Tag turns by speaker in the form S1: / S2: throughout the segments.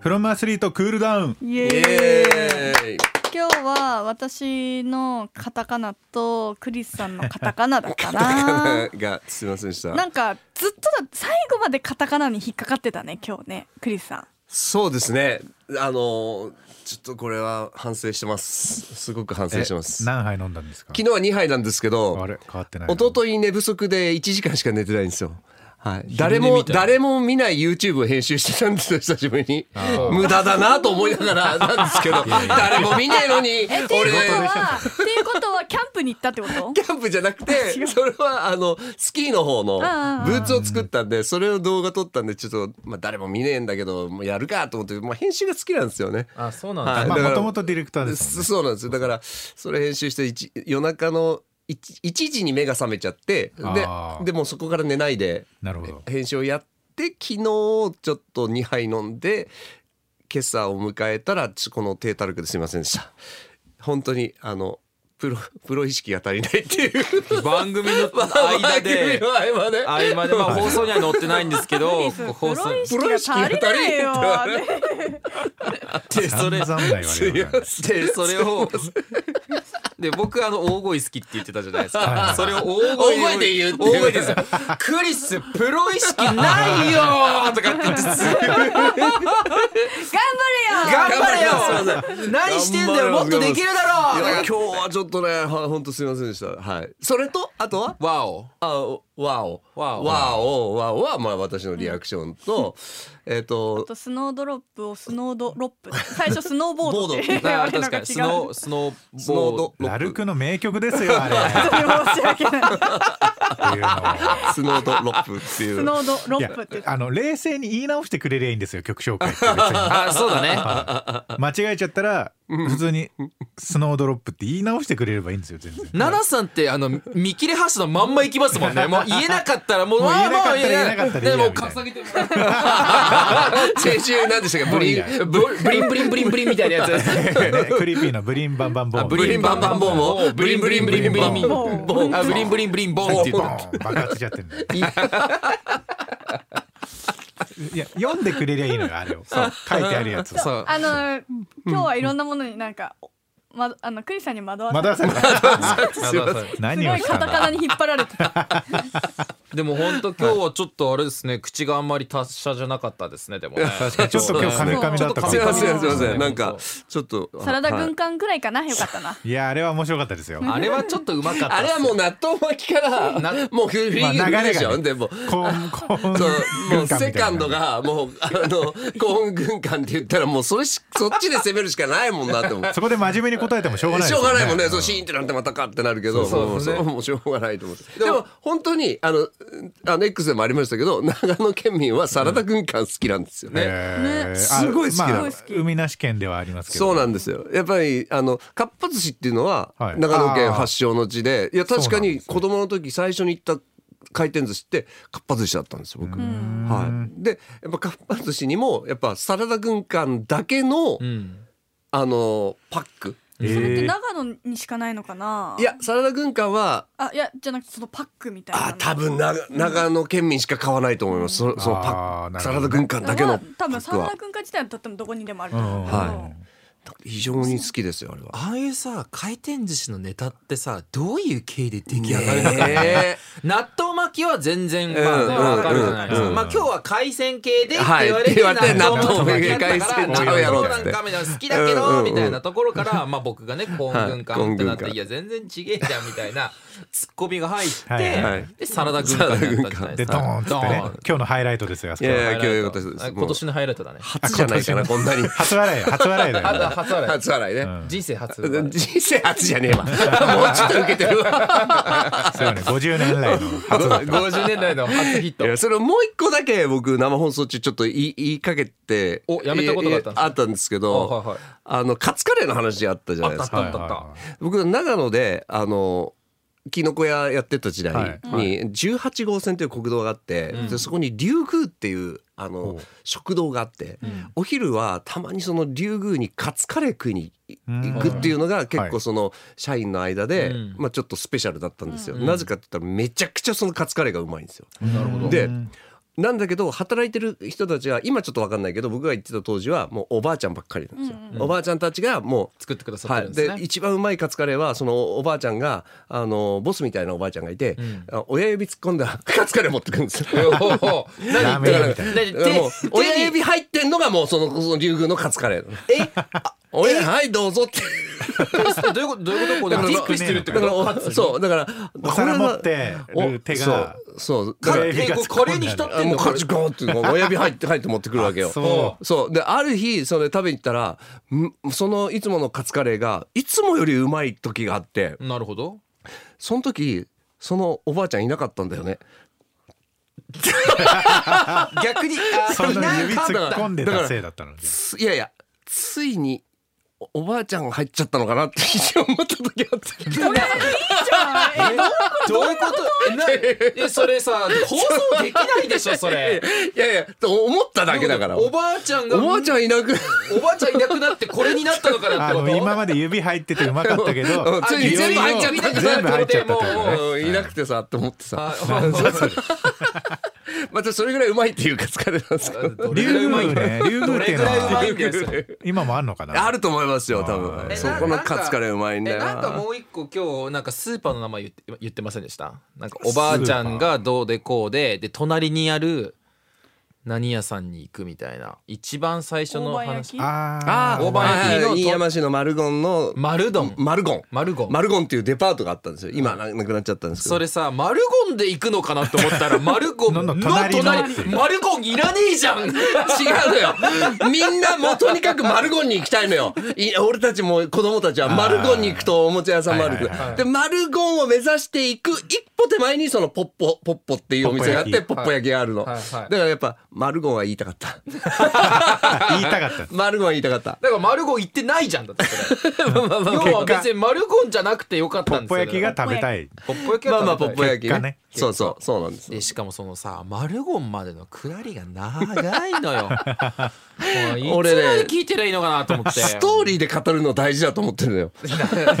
S1: フロムアスリートクールダウン
S2: イエ
S3: イ
S2: ーイ
S3: エーイ
S2: 今日は私のカタカナとクリスさんのカタカナだったな
S3: がすみませんでした
S2: なんかずっとだ最後までカタカナに引っかかってたね今日ねクリスさん
S3: そうですねあのちょっとこれは反省してますすごく反省してます
S1: え
S3: 昨
S1: 何杯飲んだんですか
S3: 日は2杯なんですけど
S1: あれ変わってないな
S3: 一昨日寝不足で1時間しか寝てないんですよ。はい、誰
S4: 昼寝
S3: も
S4: みたいな
S3: 誰も見ない YouTube を編集してたんですよ久しぶりに無駄だなと思いながらなんですけど誰も見ねえのに
S2: えっていう
S3: 俺
S2: ことはっていうことはキャンプに行ったってこと
S3: キャンプじゃなくてそれはあのスキーの方の
S2: ああ
S3: ブーツを作ったんでそれを動画撮ったんでちょっと、まあ、誰も見ねえんだけどもうやるかと思って、まあ、編集が好きなんですよね。
S4: あそうなん
S3: は
S4: だ
S3: い
S1: まあ
S3: だか
S1: も
S3: ら
S1: ともとディレクターですもん
S3: そ
S1: ね
S3: そうなんですよだからそれ編集して一夜中の一一時に目が覚めちゃってで
S1: あー
S3: でもそこから寝ないで
S1: なるほど
S3: 編集をやって昨日ちょっと2杯飲んで今朝を迎えたらちょこの低たらくですいませんでした本当にあのプロプロ意識が足りないっていう
S4: 番組の間
S3: 番
S4: で
S3: 組の合間で
S4: 合間でまあ放送には載ってないんですけ ど
S2: プ
S4: 放送
S2: ロ意識が足りないよ
S3: プロ意識が足りないって
S4: でそれ
S1: 散々だよあ
S3: す
S1: れ
S3: い
S1: はね
S3: ません
S4: でそれをで僕あの大声好きって言ってたじゃないです
S1: はいは
S4: か
S1: い
S4: それを大
S3: 大
S4: 声
S3: 声で言うっていう
S4: 大声ですよクリスプロ意識ないよーとかって言ってすご
S2: 頑
S4: い
S2: 張
S4: 頑
S3: 張れよ
S4: 張れよ何してんだよもっとできるだ
S3: いや
S4: ろ
S3: 今日はちょっとねは本当すいませんでしたはいそれとあとは
S4: うわお
S3: あわお
S4: わお
S3: わおわおはまあ私のリアクションとえっと
S2: とスノードロップをスノードロップ最初スノーボードって言
S4: だ から
S2: われるの
S4: 確
S2: が違
S4: か
S2: う
S4: に スノースノー
S3: スノー
S4: ボ
S3: ド
S4: ード
S3: ロ
S1: ラ
S3: ッ
S1: ル
S3: プ
S1: クの名曲ですよあれ
S2: 本当に申し訳ない
S1: っていうのを
S3: スノードロップってい
S2: ス
S3: う
S2: ノードロ
S1: い
S2: ップ って
S1: や
S2: 言って
S1: あの冷静に言い直してくれりゃいいんですよ曲紹介って 別に
S4: あそうだね
S1: はい間違えちゃったら普通にスノードロップって言い直してくれればいいんですよ全然
S4: 奈々さんってあの見切れ発車のまんま行きますもんねもう言えなかったらもう
S1: もう言えなかったら
S4: まあまあ
S1: 言えなかったでいいや
S4: ねもう
S1: みたいな
S4: 重ねても
S3: 先週何でしたっけブリンブ
S4: ブリンブリンブリンブリンみたいなや つ
S1: ねクリーピーのブリンバンバンボーン
S4: あブ
S3: ブリンバンバンボンを
S4: ブリンブリンブリンブリンブリン
S2: ボン
S4: ボンあブリンブリンブリンボンって言
S1: ボ
S4: っ
S1: ーン爆発しちゃってるんだよ
S3: いや
S1: いや読んでくれりゃいいのよあれをそう書いてあるやつを
S4: たそう
S2: あの今日はいろんなものになんか、ま、あのクリスさんに惑わ
S1: ま
S2: されて
S1: だされた
S4: あのそう
S1: 何を
S2: す
S1: し
S2: ご
S1: た
S2: いカ
S1: んだ
S2: タカナに引っ張られてた
S4: でも本当今日はちょっとあれですね口があんまり達者じゃなかったですねで もね
S1: かにちょっと今日カミカミだったかも
S3: すいませ
S2: そ
S3: ん
S2: う
S3: すいませんなん
S4: そ
S3: か
S4: う
S3: ちょっと
S2: サラダ軍
S3: はい
S2: 艦ぐらいかなよかったな
S1: いやあれは面白かったですよ
S4: あれはちょっとうまかった
S3: あれはもう納豆巻きから
S4: な
S3: もうフリ
S1: まあ
S3: ー
S1: 流れがね
S3: でしょでも
S1: 幸運幸運
S3: そうもう
S1: 軍艦
S3: セ
S1: みた
S3: カ
S1: い
S3: ン
S1: な
S3: ドがもうあの幸運軍艦って言ったらもうそれしそっちで攻めるしかないもんなって思う
S1: そこで真面目に答えてもしょうがない
S3: しょうがないもんね、
S1: うん
S3: そうシーンってなってまたかってなるけど、
S4: そうそう
S3: もう
S4: そうね
S3: そうもうしょうがないと思って。でも本当にあのうんあの X でもありましたけど、長野県民はサラダ軍艦好きなんですよね。
S1: えー
S2: ね
S1: あ
S3: すごい好きな
S1: ま
S2: の
S1: あ海なし県ではありますけど
S3: そうなんですよやっぱりあのかっぱ寿司っていうのは
S1: はい
S3: 長野
S1: あ
S3: 県
S1: ー
S3: 発祥の地でいや確か
S1: そうなんで
S3: に
S1: すね
S3: 子供の時最初に行った回転寿司ってかっぱ寿司だったんですよ僕。はい、でやっぱかっぱ寿司にもやっぱサラダ軍艦だけの、
S4: うん
S3: あのパック
S1: えー
S2: それって長野にしかないのかない
S3: やサラダ軍艦は
S2: あいやじゃなくてそのパックみたいな
S3: あ
S2: の
S3: 多分な長野県民しか買わないと思います、そそのパ
S1: あー
S3: ッ
S1: な
S3: ク
S1: るほど
S3: サラダ軍艦だけ
S2: ま
S3: の
S2: あ多分
S3: パッ
S2: サ
S3: ク
S2: ラ
S3: は
S2: ダ軍艦自体はとってもどこにでもあると
S1: う
S2: 思
S1: ん
S2: うけど、
S3: は非常に好きですよあ れは。
S4: ああいうさ回転寿司のネタってさどういう経緯で出来上がるのかな
S3: ねえ
S4: 納豆巻きは全然まあね
S3: うん
S4: わかるじゃないです
S1: う
S4: か。
S1: ん
S4: まあ今日は海鮮系でって
S3: はい
S4: 言われて
S3: って言われて
S4: 納豆巻きだった
S3: 納
S4: から
S3: 豆巻き海鮮
S4: 納
S3: ちゃうやろっ
S4: 豆
S3: つ
S4: な
S3: っ
S4: ん
S3: て
S4: かみたいな好きだけ
S3: うんうんう
S4: ど
S3: ん
S4: みたいなところからまあ僕がね幸運軍
S3: はい
S4: 艦ってな
S3: 幸運軍
S4: って
S3: 艦
S4: いや全然ちげえじゃんみたいなツッコミが入っ
S1: はい
S3: はい
S4: てでサラダ軍艦になったじゃな
S1: で
S4: いです
S1: ドー
S4: か
S1: ンっ。つってね今日のハイライトですよあそこ
S3: いやいや
S1: は
S4: ドーン
S3: 今日良かったです
S4: あ今年のハイライトだね。
S3: 初じゃないかなこ んなに
S1: 初笑い初笑いだよ
S4: あと初笑い
S3: 初笑いね、
S1: ん
S4: 人生初笑い。
S3: 人生初じゃねえわもうちょっと受けてるわ
S1: そうよね50年来の初だった
S4: 50年代の初ヒッ
S3: い
S4: ト。
S3: やそれをもう一個だけ僕生放送中ちょっと言い言いかけて
S4: おやめたことがあったんですか
S3: いいあったんですけど
S4: あはいはい
S3: あのカツカレーの話あったじゃないですか
S1: はいはい
S4: だった
S1: は
S3: 僕長野であのキノコ屋やってた時代に18号線という国道があって、でそこに竜宮っていうあの食堂があって、お昼はたまにその竜宮にカツカレー食いに行くっていうのが結構その社員の間で、
S4: うん
S3: まあ、ちょっとスペシャルだったんですよ、なぜかって言ったらめちゃくちゃそのカツカレーがうまいんですよ。
S1: い
S4: なるほど
S3: でなんだけど働いてる人たちは今ちょっと分かんないけど僕が行ってた当時はもうおばあちゃんばっかりなんですよ。
S2: うん
S4: うん
S3: おばあちゃんたちがも
S4: 作ってくだ
S3: う、
S4: さっ
S3: は
S4: てる
S3: い、
S4: んですね、
S3: で一番うまいカツカレーはそのおばあちゃんがあのボスみたいなおばあちゃんがいて、
S4: ん
S3: あ親指突っ込んだ カツカレー持ってくるんですよ。
S4: おお
S1: ラー
S4: 何
S1: メン
S4: 言
S1: 屋
S4: っ
S1: み
S4: て
S1: た
S4: る
S1: い
S4: の
S1: な
S4: 何
S3: だからもう
S4: 手
S3: 親
S4: 手に
S3: 指入ってんのがもうそのその竜宮のカツカレーえ親指はいどうぞって
S4: どういうことどういうこ
S1: だ
S4: とこれ
S1: から
S4: ディップしてるって
S3: だ
S4: こ
S3: から
S4: と
S3: おそうだから
S1: お皿持って
S3: これは
S1: る手が
S3: おそうそう
S4: カ
S1: 親
S4: レ
S1: 指
S4: ー
S1: が
S4: こ
S1: 突っ
S4: うカ
S1: 込んである
S4: レーに浸って
S3: あ
S4: ん
S3: も
S4: の
S3: う
S4: こ
S3: カ
S4: れ
S3: チゴンってもう親指入って入って持ってくるわけよ。
S1: そう
S3: そうである日それ食べに行ったらんそのいつものカツカレーがいつもよりうまい時があって
S4: なるほど
S3: その時そのおばあちゃんいなかったんだよね。
S4: 逆にあ
S1: その指
S3: だ
S1: 突
S3: か
S1: っ
S3: ら
S1: 込んで
S3: だか
S1: た
S3: ら
S1: せいだったのね
S3: ついやいやついにおおばあちゃんが入っちゃったのかなって一瞬思った時あって
S4: どういうことえなえそれさ放送できないでしょそ れ
S3: いやいやと思っただけだから
S4: お
S3: おば
S4: ばあちゃんが
S3: あちゃんいなく
S4: おばあちゃんいなくなってこれになったのかなっ
S1: あ
S4: て こと
S1: の今まで指入っててうまかったけ
S3: う
S1: ど
S3: んついに全部入っちゃっ
S1: い
S3: た
S1: よいよ全部入っちゃったってことね
S3: いなくてさって思ってさ
S4: ああ
S3: またそれぐらいうまいっていうか疲れたんですけど
S4: どれ
S1: 竜
S4: ぐらいうまい
S1: 宮
S4: んだよ
S1: ね竜宮っていうの
S4: どれぐらいうま
S1: は今
S4: いんだよそれ
S1: もあるのかな
S3: あると思いますよ多
S1: あ
S3: 分
S1: ー
S3: そこのカツカレーうまいんだ
S4: え
S3: よ
S4: なん
S3: な
S4: かもう一個今日なんかスーパーの名前言って言ってませんでしたなんかおばあちゃんがどうでこうでで隣にある何屋さんに行くみたいな一番最初
S2: 大
S4: の
S2: 葉
S4: 話
S2: 焼き
S1: あ
S3: あ
S1: ー
S3: あ
S4: 大葉焼きの
S3: はい飯山市のマルゴンの
S4: マルドン
S3: マルゴン
S4: マルゴン
S3: マルゴンっていうデパートがあったんですよ今ななくなっちゃったんですけど
S4: それさマルゴンで行くのかなと思ったらマルゴンの
S1: の
S4: 隣
S1: 隣の
S4: マルゴンいらねえじゃん
S3: 違うのよみんなもうとにかくマルゴンに行きたいのよい俺たちも子供たちはマルゴンに行くとおもちゃ屋さんもある
S1: はいはい
S3: でマルゴンを目指していく一歩手前にそのポッポポッポっていうお店があってポッ
S4: ポッポ
S3: ポ
S4: 焼
S3: 焼きがあるの
S4: はい
S3: だ
S4: はいは
S3: か
S4: い
S3: らやっぱマルゴンは言いたかった
S1: 言いたかった
S3: マルゴンは言いたかった
S4: だからマルゴン行ってないじゃんだっ てそれ要は別にマルゴンじゃなくてよかっ
S1: ポ
S4: た
S1: ッ
S4: んです
S1: ポ
S4: よ
S1: 焼きが食べたい
S4: ポッポ焼き
S3: まあ
S4: が
S3: まあポ
S4: 食べたい
S3: ッポ焼き
S1: 結果ね
S3: ねそうそうそうなんです
S4: でしかもそのさマルゴンまでの下りが長いの よもういつま
S3: 俺ね
S4: で聞いてりゃいいのかなと思って
S3: ストーリーで語るの大事だと思ってるの よ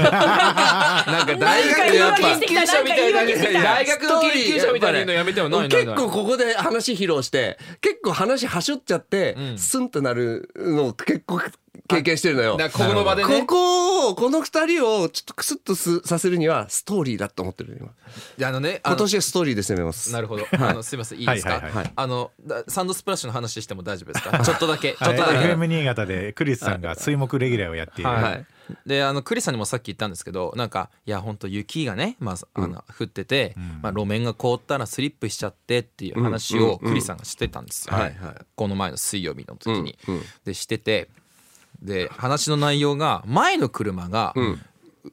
S3: な
S4: なんか大学
S3: んか言い訳
S4: の
S3: して
S2: きた
S4: みたいな
S2: なんか言い訳してきた
S4: 大学の研究者みたいなのやめてもないない
S3: 結
S4: ない
S3: 構ここで話披露して結構話はしょっちゃって、
S4: うん
S3: スンってなるのを結構経験してるのよ。
S4: だからここの場でね
S3: ここをこの二人をちょっとクスッとすさせるにはストーリーだと思ってる今
S4: いやあのね
S3: 今
S4: あの
S3: 年はストーリーで攻めます
S4: なるほど。あのすみませんいいです
S1: は
S4: か
S1: いはいは。
S4: あのだサンドスプラッシュの話しても大丈夫ですか。ちょっとだけちょっ
S1: は
S4: と
S1: い
S4: だけ。
S1: FM 新潟でクリスさんが水木レギュラーをやっている
S4: はい
S3: はい
S4: であのクリスさんにもさっき言ったんですけどなんかいや本当雪がね、まあ、あの降ってて、まあ、路面が凍ったらスリップしちゃってっていう話をクリスさんがしてたんですよ、
S3: はいはい
S4: この前の水曜日の時に。でしててで話の内容が前の車が、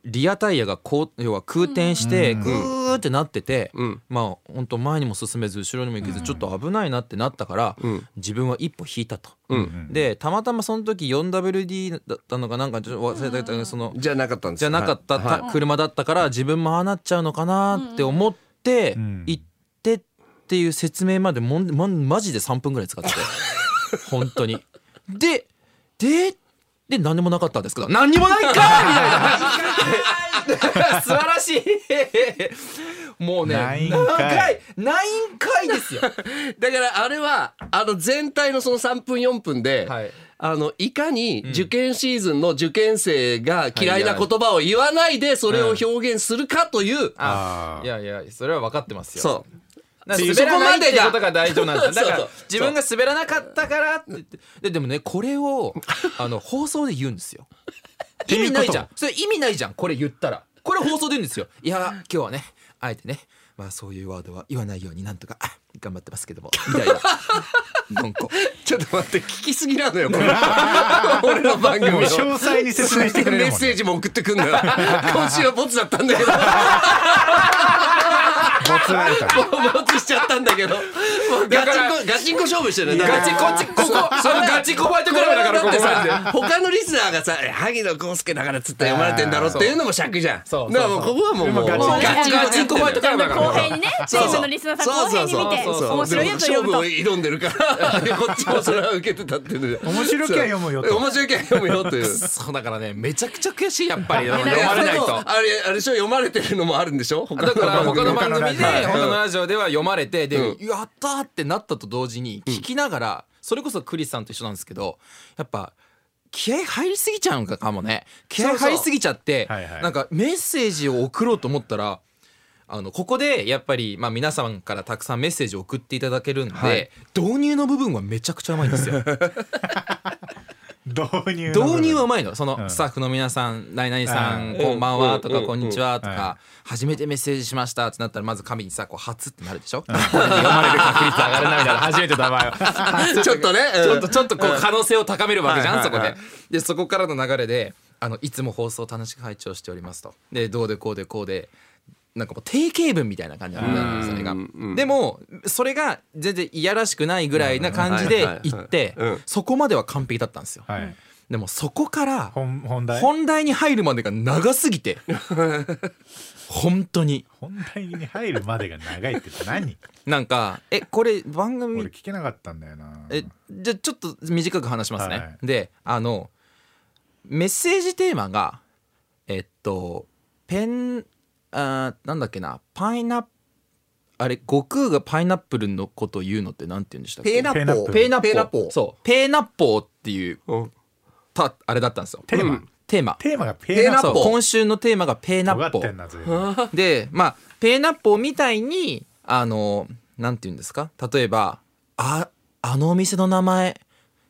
S4: リアタイヤがこう要は空転してグーってなってて、
S3: うん
S4: まあ本当前にも進めず後ろにも行けずちょっと危ないなってなったから、自分は一歩引いたと。
S3: うん
S4: でたまたまその時 4WD だったのかなんかちょっと忘れたけど、その
S3: じゃなかったんです
S4: じゃなかった、
S3: はい
S4: た車だったから自分もああなっちゃうのかなって思って
S1: ん
S4: 行ってっていう説明までもんまマジで3分ぐらい使 ってて本当にででで何にもなかったんですけど何にもないんかいみたいな素晴らしいもうね
S1: ないんかい
S4: 長いないんかいですよ
S3: だからあれはあの全体のその3分4分で、
S4: はい
S3: あのいかに受験シーズンの受験生が嫌いな言葉を言わないでそれを表現するかという、
S4: あ
S1: あー
S4: いやいやそれは分かってますよ
S3: そう
S4: だから滑らないっていうことが大丈夫なんです よ
S3: そ
S4: だから
S3: うそうそう
S4: 自分が滑らなかったからって言ってででもねこれ をあの放送で言うんですよ意味ないじゃんそれ意味ないじゃんこれ言ったらこれ放送で言うんですよいや今日はねあえてねまあそういうワードは言わないようになんとかあ頑張ってますけどもみたいな なんか
S3: ちょっと待って聞きすぎなの よこれ俺の番組
S1: も
S3: を
S1: う詳細に説明してくれる
S3: メ
S1: も
S3: ッ
S1: んね
S3: セージも送ってくんのよ今週はボツだったんだけど
S1: 没ら れた
S3: ボツしちゃったんだけどもうガチンコガチンコ勝負してるね
S4: ガチコチここそのガチコバイトク
S3: こ
S4: ラ
S3: れ
S4: ブだ
S3: は
S4: から
S3: だ
S4: こ
S3: って
S4: こまで
S3: さ他のリスナーがさ「え萩野公介だから」っつって読まれてんだろっていうのも尺じゃん
S4: そうそ
S3: だ
S4: う
S3: からもうここはもうもう
S1: でもガチ
S2: ンコ
S3: ガ
S4: ガ
S3: チ
S4: チ
S3: ン
S4: ン
S3: コ
S4: コ
S3: バ
S4: バ
S3: イ
S4: イ
S3: ト
S4: ト
S3: ク
S4: ク
S3: ラブだか
S4: ラブだからら
S2: 公平にねチームのリスナーさん公平に見て
S3: そうそうそう
S2: 面白いやつを読む
S3: でも
S2: と
S3: 勝負を挑んでるからこっちもそれは受けてたってね
S1: 面白きゃ読むよと
S3: そう面白きゃ読むよという
S4: そうだからねめちゃくちゃ悔しいやっぱり読
S3: いや
S4: まれない
S3: で
S4: と
S3: もあれあれでしょ読まれてるのもあるんでしょ他の
S4: だから
S3: 番組
S4: 他の番組にね
S3: はい
S4: 本当のラジオでは読まれてで
S3: う
S4: やったーってなったと同時に聞きながらそれこそクリスさんと一緒なんですけどやっぱ気合入りすぎちゃうんかかもね気合入りすぎちゃって
S1: そうそうはいはい
S4: なんかメッセージを送ろうと思ったらあのここでやっぱりまあ皆さんからたくさんメッセージを送っていただけるんで、
S3: はい
S4: 導入の部分はめちゃくちゃうまいんですよ。
S1: 導入の部分
S4: 導入はうまいのそうの
S1: ん
S4: スタッフの皆さん「何々さ
S3: う
S4: ん
S3: ん
S4: こんばんは」と
S3: うん
S4: か
S3: う
S4: 「
S3: ん
S4: こんにちは」とか
S1: は
S4: 「初めてメッセージしました」ってなったらまず紙にさこう「初」ってなるでしょこれで読まれる確率上がるなみたいな初めての名前を
S3: ちょっとね、
S4: ち
S3: う
S4: ょ
S3: ん
S4: っとちょっとこう可能性を高めるわけじゃ
S1: は
S4: ん
S1: い
S4: そこ
S1: はい
S4: で
S1: は
S4: でそこからの流れであの「いつも放送を楽しく拝聴しております」とでどうでこうでこうでなんかもう定型文みたいな感じなんですよそれが
S3: うんうん
S4: でもそれが全然いやらしくないぐらいな感じで言って
S3: うんはいはいはいうん
S4: そこまでは完璧だったんですよ
S1: はい
S4: でもそこから
S1: 本本題
S4: 本題に入るまでが長す ぎて本当に
S1: 本題に入るまでが長いって何
S4: なんかえこれ番
S1: 俺
S4: 組
S1: 聞けなかったんだよな
S4: えじゃあちょっと短く話しますね、
S1: はい
S4: であのメッセージテーマがえっとペンあーなんだっけなパイナッあれ悟空がパイナップルのことを言うのってなんて言うんでしたっけ
S3: ペーナ
S1: ペー
S3: ッ
S1: ナ
S3: ポ
S1: ッ
S3: ー
S1: プ
S4: ペーナッポー
S3: ポー
S4: そうペーナッポーっていう
S3: うん
S4: たあれだったんですよ
S1: テーマ、
S3: うん
S4: テーマ
S1: テーマがペーナッ
S3: ペー
S1: プ
S3: ナ
S4: そ
S3: ッ
S4: う
S3: ポー
S4: 今週のテーマがペーナ
S1: 尖
S4: ッポ
S1: っ
S4: ー
S1: てんなずいぶん
S3: あー
S4: でまあペーナッポーみたいにあのなんて言うんですか例えばああのお店の名前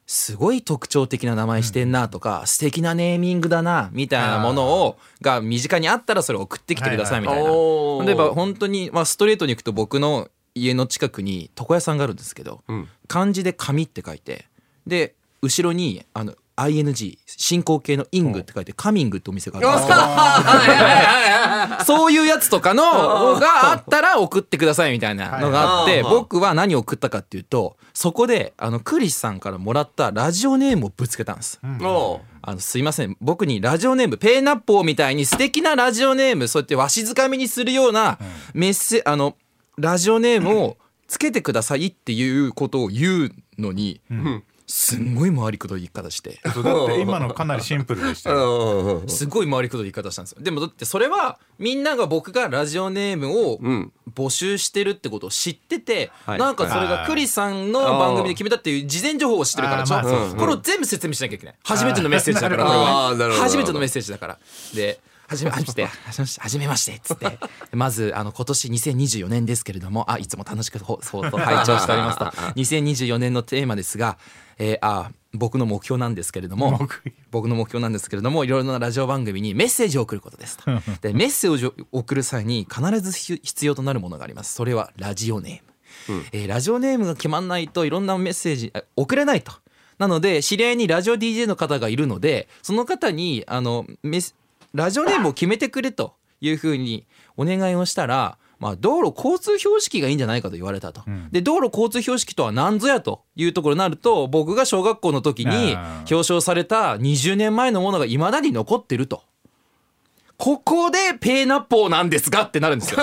S4: すごい特徴的な名前してんなとか、素敵なネーミングだなみたいなものをが身近にあったらそれ送ってきてくださいみたいな、
S3: はいはいおー
S4: 例えば本当にまあストレートに行くと僕の家の近くに床屋さんがあるんですけど、
S3: うん
S4: 漢字で「紙」って書いてで後ろにあの ING 進行形の「イング」って書いて「カミング」ってお店があるんですけどそういうやつとかのがあったら送ってくださいみたいなのがあ
S3: は
S4: っ
S3: いは
S4: て
S3: いはい
S4: 僕は何を送ったかっていうとそこであのクリスさんからもらったラジオネームをぶつけたんです。
S3: おう
S4: あのすいません僕にラジオネームペーナッポーみたいに素敵なラジオネームそうやってわしづかみにするようなメッセあのラジオネームをつけてくださいっていうことを言うのに、すんごい回りくどい言い方して。
S1: そうだって今のかなりシンプルでした
S3: う
S1: よ
S3: んうんうん
S4: すごい回りくどい言い方したんですよでもだってそれはみんなが僕がラジオネームを
S3: ん
S4: 募集してるってことを知ってて、
S3: はい
S4: なんかそれがクリさんの番組で決めたっていう事前情報を知ってるから
S1: あー
S4: ちょ
S1: まあそう
S3: そう
S4: これを全部説明しなきゃいけない初めてのメッセージだから
S1: あー
S4: これ
S3: あーなるほ
S4: は
S3: ど
S4: 初めてのメッセージだからではじめはじめて、はじめまして、はじめまして、つって。まず、あの、今年2024年ですけれども、あ、いつも楽しく放送と拝聴しておりますと、2024年の テーマですが、えーあ、僕の目標なんですけれども、僕の目標なんですけれどもいろいろなラジオ番組にメッセージを送ること ですとでメッセージを送る際に必ず必必要となるものがありますそれはラジオネーム、えーラジオネームが決まんないといろんなメッセージあ送れないとなので知り合いにラジオ DJ の方がいるのでその方にあのメスラジオネームを決めてくれというふうにお願いをしたら、まあ、道路交通標識がいいんじゃないかと言われたと、で道路交通標識とは何ぞやというところになると僕が小学校の時に
S1: あー
S4: 表彰された20年前のものがいまだに残ってると。ここでペーナッポーなんですがってなるんですよ。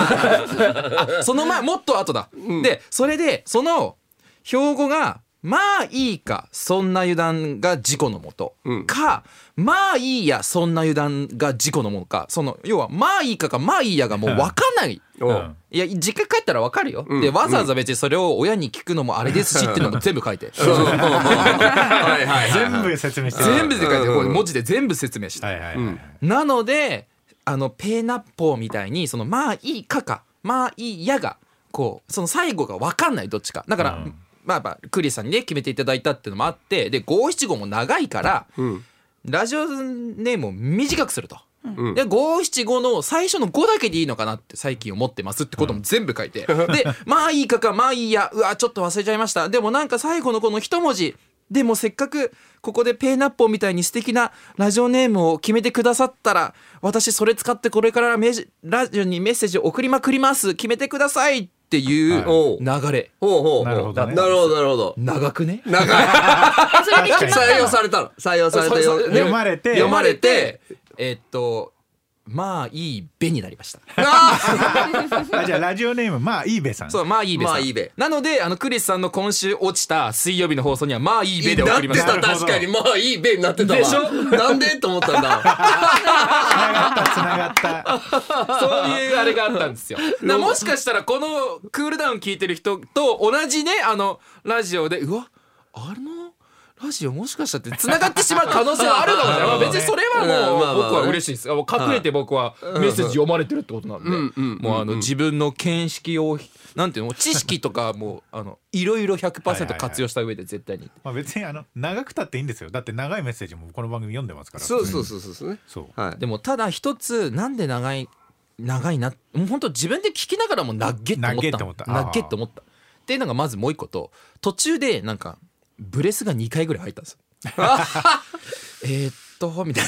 S4: あ その前もっと後だ。でそれでその標語が「まあいいかそんな油断が事故のもと」
S3: うん
S4: か「まあいいやそんな油断が事故のものか」その要は「まあいいか」か「まあいいや」が もう分かんない。
S3: おう
S1: うん
S4: いや実家帰ったらわかるよ、でわざわざ別にそれを親に聞くのもあれですしっていうのも全部書いて
S3: うんうんうんはいはいはい
S1: 全部説明してる
S4: 全部で書いて
S3: うん
S4: これ文字で全部説明して
S1: はいはいはい、
S4: なのであのペーナッポーみたいにそのまあいいかかまあいいやがこうその最後が分かんないどっちかだから、
S1: うん
S4: まあやっぱクリスさんにね決めていただいたっていうのもあってで五七五も長いから、
S3: ん
S4: ラジオネームを短くすると。
S3: ん
S4: で五七五の最初の5だけでいいのかなって最近思ってますってことも全部書いて、で「まあいいかかまあいいやうわちょっと忘れちゃいました」でもなんか最後のこの一文字でもせっかくここでペーナッポーみたいに素敵なラジオネームを決めてくださったら私それ使ってこれからメジラジオにメッセージを送りまくります決めてくださいっていう
S3: おう
S4: 流れ
S3: ほうほうほう
S1: なるほどね
S3: なるほどなるほど
S4: 長くね
S3: 長い
S2: あ それで
S1: 確かに
S3: 採用されたの採用されたよ
S4: そうそう
S1: 読まれて
S4: 読まれてえっとまあいいべになりました。
S1: あじゃあラジオネームまあいいべさん
S4: そうまあいいべさん。
S3: まあいいべ
S4: なのであのクリスさんの今週落ちた水曜日の放送にはまあいいべで送 りまし
S3: なったて。た確かにまあいいべになってたわ
S4: でしょ
S3: なんでと思った
S1: つな
S3: んだ
S1: がったつながった
S4: そういうあれがあったんですよ。 なもしかしたらこのクールダウン聞いてる人と同じねあのラジオでうわあのラジオもしかしたらって繋がってしまう可能性はあるかもしれ ない。まあ別にそれは
S3: うんま
S4: も
S3: あ
S4: う
S3: まあ
S4: 僕は嬉しいです。あもう隠れて僕はメッセージ読まれてるってことなんで、もうあの自分の見識をなんていうの知識とかもうあのいろいろ
S1: はいはいは
S4: 100%
S1: い
S4: 活用した上で絶対に。
S1: まあ別にあの長くたっていいんですよだって長いメッセージもこの番組読んでますから
S3: そうそうそうそうそうね
S1: そう
S3: はい
S4: でもただ一つなんで長い長いなもう本当自分で聞きながらも長っげって
S1: 長
S4: 思った
S1: っげって思った
S4: 長っげって思ったっていうのがまずもう一個と途中でなんかブレスが2回ぐらい入ったん ですよえーっとみたい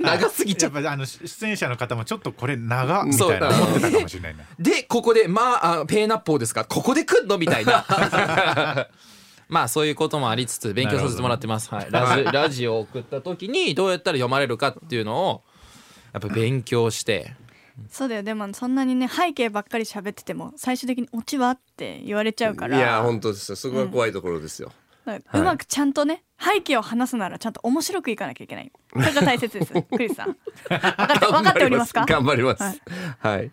S4: な長すぎちゃ
S1: やっ
S4: う
S1: ぱりあの出演者の方もちょっとこれ長み
S4: そう
S1: たいな思ってたかもしれないね
S4: でここでまああペーナッポーですかここで来んのみたいな まあそういうこともありつつ勉強させてもらってます、はい、ラジラジオを送った時にどうやったら読まれるかっていうのをやっぱ勉強して
S2: そうだよでもそんなにね背景ばっかり喋ってても最終的に「オチは?」って言われちゃうから
S3: いや本当ですよそこが怖いところですよ
S2: だからうまくちゃんとね背景を話すならちゃんと面白くいかなきゃいけないそれが大切です クリスさん分かって分かっておりますか
S3: 頑張りますはい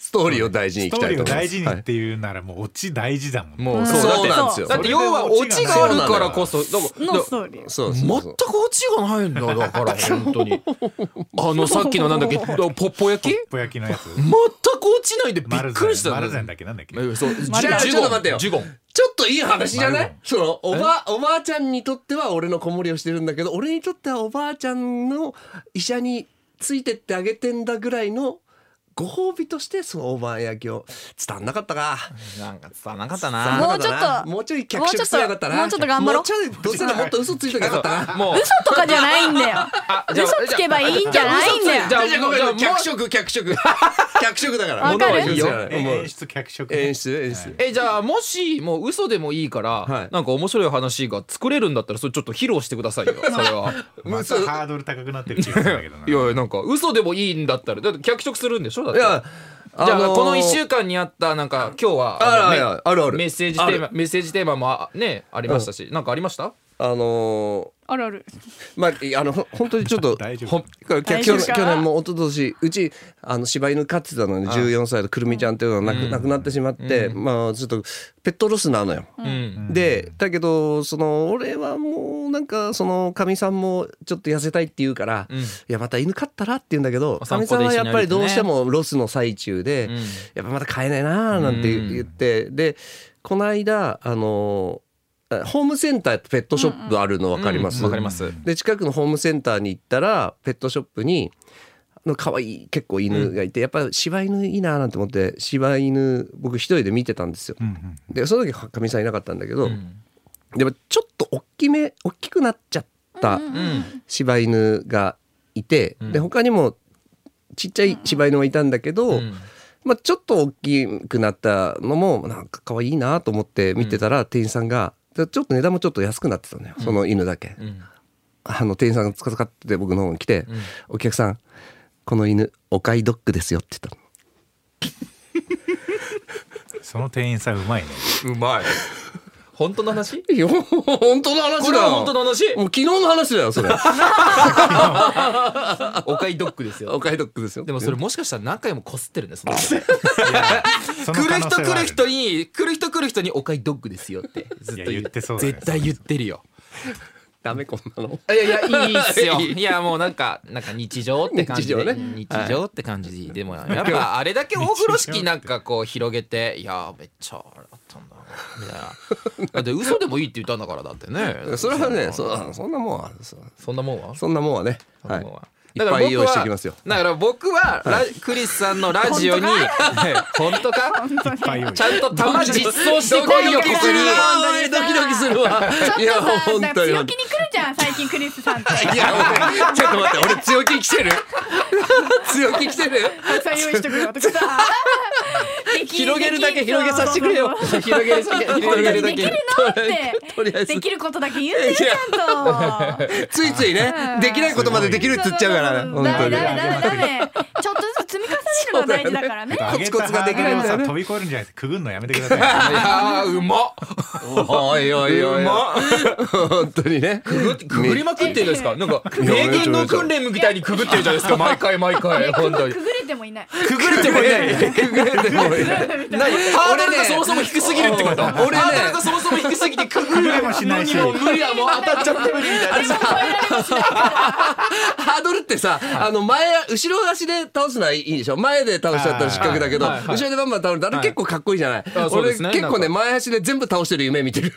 S3: ストーリーを大事にい
S1: スト
S3: きた
S1: ー
S3: い
S1: リ
S3: と
S1: ーを
S3: 思います
S1: 大事にっていうならもうオチ大事だもん
S4: もう
S3: はい
S4: だっ
S3: そ
S4: て
S3: うなんですよ
S2: そ
S4: だって要はオチがあるからこそだから
S2: のストーリー
S3: そうそう
S4: 全く
S3: そう
S4: オチがないんだだから本当にあのさっきのなんだっけポッポ焼き
S1: ぽやきのやつ
S4: 全く落ちないでびっ
S1: 丸
S4: く
S1: 善
S4: りした
S1: 丸善
S4: ね
S1: だっけなんだっけ
S4: えそうジュ
S2: 丸善
S4: ジュ
S3: ちょっと待って
S4: ゴ
S3: よ
S4: ンジュゴン
S3: ちょっといい話じゃな
S1: 丸
S3: いそのおばおばあちゃんにとっては俺の子守りをしてるんだけど俺にとってはおばあちゃんの医者についてってあげてんだぐらいのご褒美としてそのおばあ焼きを伝わんなかったか
S4: なんか伝わらなかった
S3: 伝
S4: な
S3: わんなかたな
S2: も
S3: も
S2: う
S3: う
S2: ち
S3: ち
S2: ょ
S3: ょ
S2: っ
S3: い
S2: と
S3: 脚色すればよかったな
S2: もうちょっと頑張ろう
S3: もうちょいどうせならもっと嘘ついときゃよかったな
S4: もう
S2: 嘘とかじゃないんだよ
S4: あじゃあ
S2: 嘘つけばいいんじゃないんだよ
S4: じゃあ
S3: じゃあごめんごめん
S4: じゃあも
S3: 脚
S4: う
S3: 色脚色脚色だから
S2: わかる
S3: 物はいいよ
S1: え
S3: もう
S1: 演出脚色ね
S3: 演出演出
S4: えじゃあもしもう嘘でもいいから、
S3: はい
S4: なんか面白い話が作れるんだったらそれちょっと披露してくださいよそれは
S1: またハードル高くなってる気がするんだ けどない
S4: やいやなんか嘘でもいいんだったらだって脚色するんでしょだっ
S3: い
S4: て
S3: や
S4: じゃあこの1
S3: 週
S4: 週間にあったなんか今日
S3: あ
S4: は
S3: る
S4: の
S3: あるあるある
S4: メッセージテーマメッセージテーマもあねありましたしなんかありました
S3: あのー
S2: あるある
S3: まあ、いやあのほん本当にちょっと
S1: 大丈夫
S3: ほん去
S2: 大丈夫
S3: 去
S2: ですか
S3: 去年も一昨年うちあの柴犬飼ってたのに14歳のくるみちゃんっていうのがなく,、なくなってしまって、まあちょっとペットロスなのよ。
S4: うん
S3: でだけどその俺はもうなんかそのかみさんもちょっと痩せたいって言うから、
S4: うん
S3: いやまた犬飼ったらって言うんだけど
S4: お
S3: か
S4: 散
S3: み
S4: 歩
S3: さん
S4: で一緒に歩い
S3: は
S4: てね
S3: やっぱりどうしてもロスの最中で、
S4: うん
S3: やっぱまだ飼えないなあなんて
S4: うん
S3: 言って、でこの間あのあホームセンターってペットショップあるの分かります、
S4: うんわかります
S3: で近くのホームセンターに行ったらペットショップにあの可愛い結構犬がいて、やっぱ柴犬いいななんて思って柴犬僕一人で見てたんですよ。
S1: うんうん
S3: でその時かみさんいなかったんだけど、
S4: うん
S3: でもちょっと大きめ大きくなっちゃった
S4: うん
S3: 柴犬がいて、で他にもちっちゃい柴犬はいたんだけど、
S4: うん
S3: まあ、ちょっと大きくなったのもなんか可愛いなと思って見てたら店員さんがちょっと値段もちょっと安くなってたのよその犬だけ、
S4: うん
S3: あの店員さんがつかつかって僕の方に来て「お客さんこの犬お買いドッグですよ」って言ったの
S1: その店員さんうまいね
S4: うまい本当の話
S3: いや本当の話だよ
S4: これは本当の話
S3: もう昨日の話だよそれ
S4: おかいドッグですよ
S3: お買いドッグですよ
S4: でもそれもしかしたら何回もこすってるねその人
S1: その
S4: 来
S1: 可能
S4: る人
S1: 性
S4: 来
S1: はあ
S4: る人に来る人来る人におかいドッグですよってずっと
S1: いや言ってそうだね
S4: 絶対言ってるよ
S3: ダメこんなの
S4: いやいやいいっす よいやもうなんかなんか日常って感じで
S3: 日常
S4: 日常,、
S3: ね
S4: って感じで、でもやっぱあれだけ大風呂敷なんかこう広げていやめっちゃあれだったんだみたいなだって嘘でもいいって言ったんだからだって ね
S3: それはねそそんなもんはそ
S4: そんなもんは
S3: そんなもんはね
S4: そんなもんは
S3: はい、いっぱい用意してきますよ
S4: だから僕はラクリスさんのラジオに本当か
S1: いっぱい用意
S4: ちゃんと弾実装してこいよ
S3: ドキドキするわ俺ドキドキするわ
S2: ちょっ
S3: いや
S2: とさ
S3: 本
S2: なん
S3: 当
S2: か
S3: に
S2: 強気に来るじゃん最近クリスさんって
S3: いや俺ちょっと待って俺強気来 てる強気来てる
S2: たくさん用意してくれよとかさ でき
S3: 広げるだけ広げさせてくれよ 広げるだけ広げるだ
S2: できる
S3: け
S2: の って
S3: とりあえず
S2: できることだけ言うてよちゃんと
S3: ついついねできないことまでできるっつっちゃうかから
S2: うん
S3: 本
S2: ダ
S3: 当
S2: メ
S3: に
S2: ダメダメダメ。ちょっとずつ積み重ねるのが大事だからね。
S3: コツコツができないんだよね
S1: 上げたハードルをさ飛び越えるんじゃないですくぐんのやめてください
S4: いやーうまっ
S3: おいおいおいおい
S4: うまっ
S3: 本当にね
S4: くぐってくぐりまくってるじゃないですかなんか名言の訓練みたいにくぐってるじゃないですか毎回毎回本当に
S2: くぐれてもいない。
S4: くぐれてもいない
S3: くぐれてもいい
S4: 何 ハードルがそもそも低すぎるってこと
S3: 俺ね
S4: ハードルがそもそも低すぎてくぐる
S1: もしないし
S4: のにも無理やもう当たっちゃって無理みたいな
S2: でも超えられます
S3: ハードルってさ、あの前、後ろ足で倒すのはいいでしょ前で倒しちゃったら失格だけど、
S4: はいはいはい
S3: 後ろでバンバン倒れたら結構かっこいいじゃない、
S4: あそう
S3: 俺
S4: ですね
S3: 結構ね、
S4: なん
S3: 前足で全部倒してる夢見てる。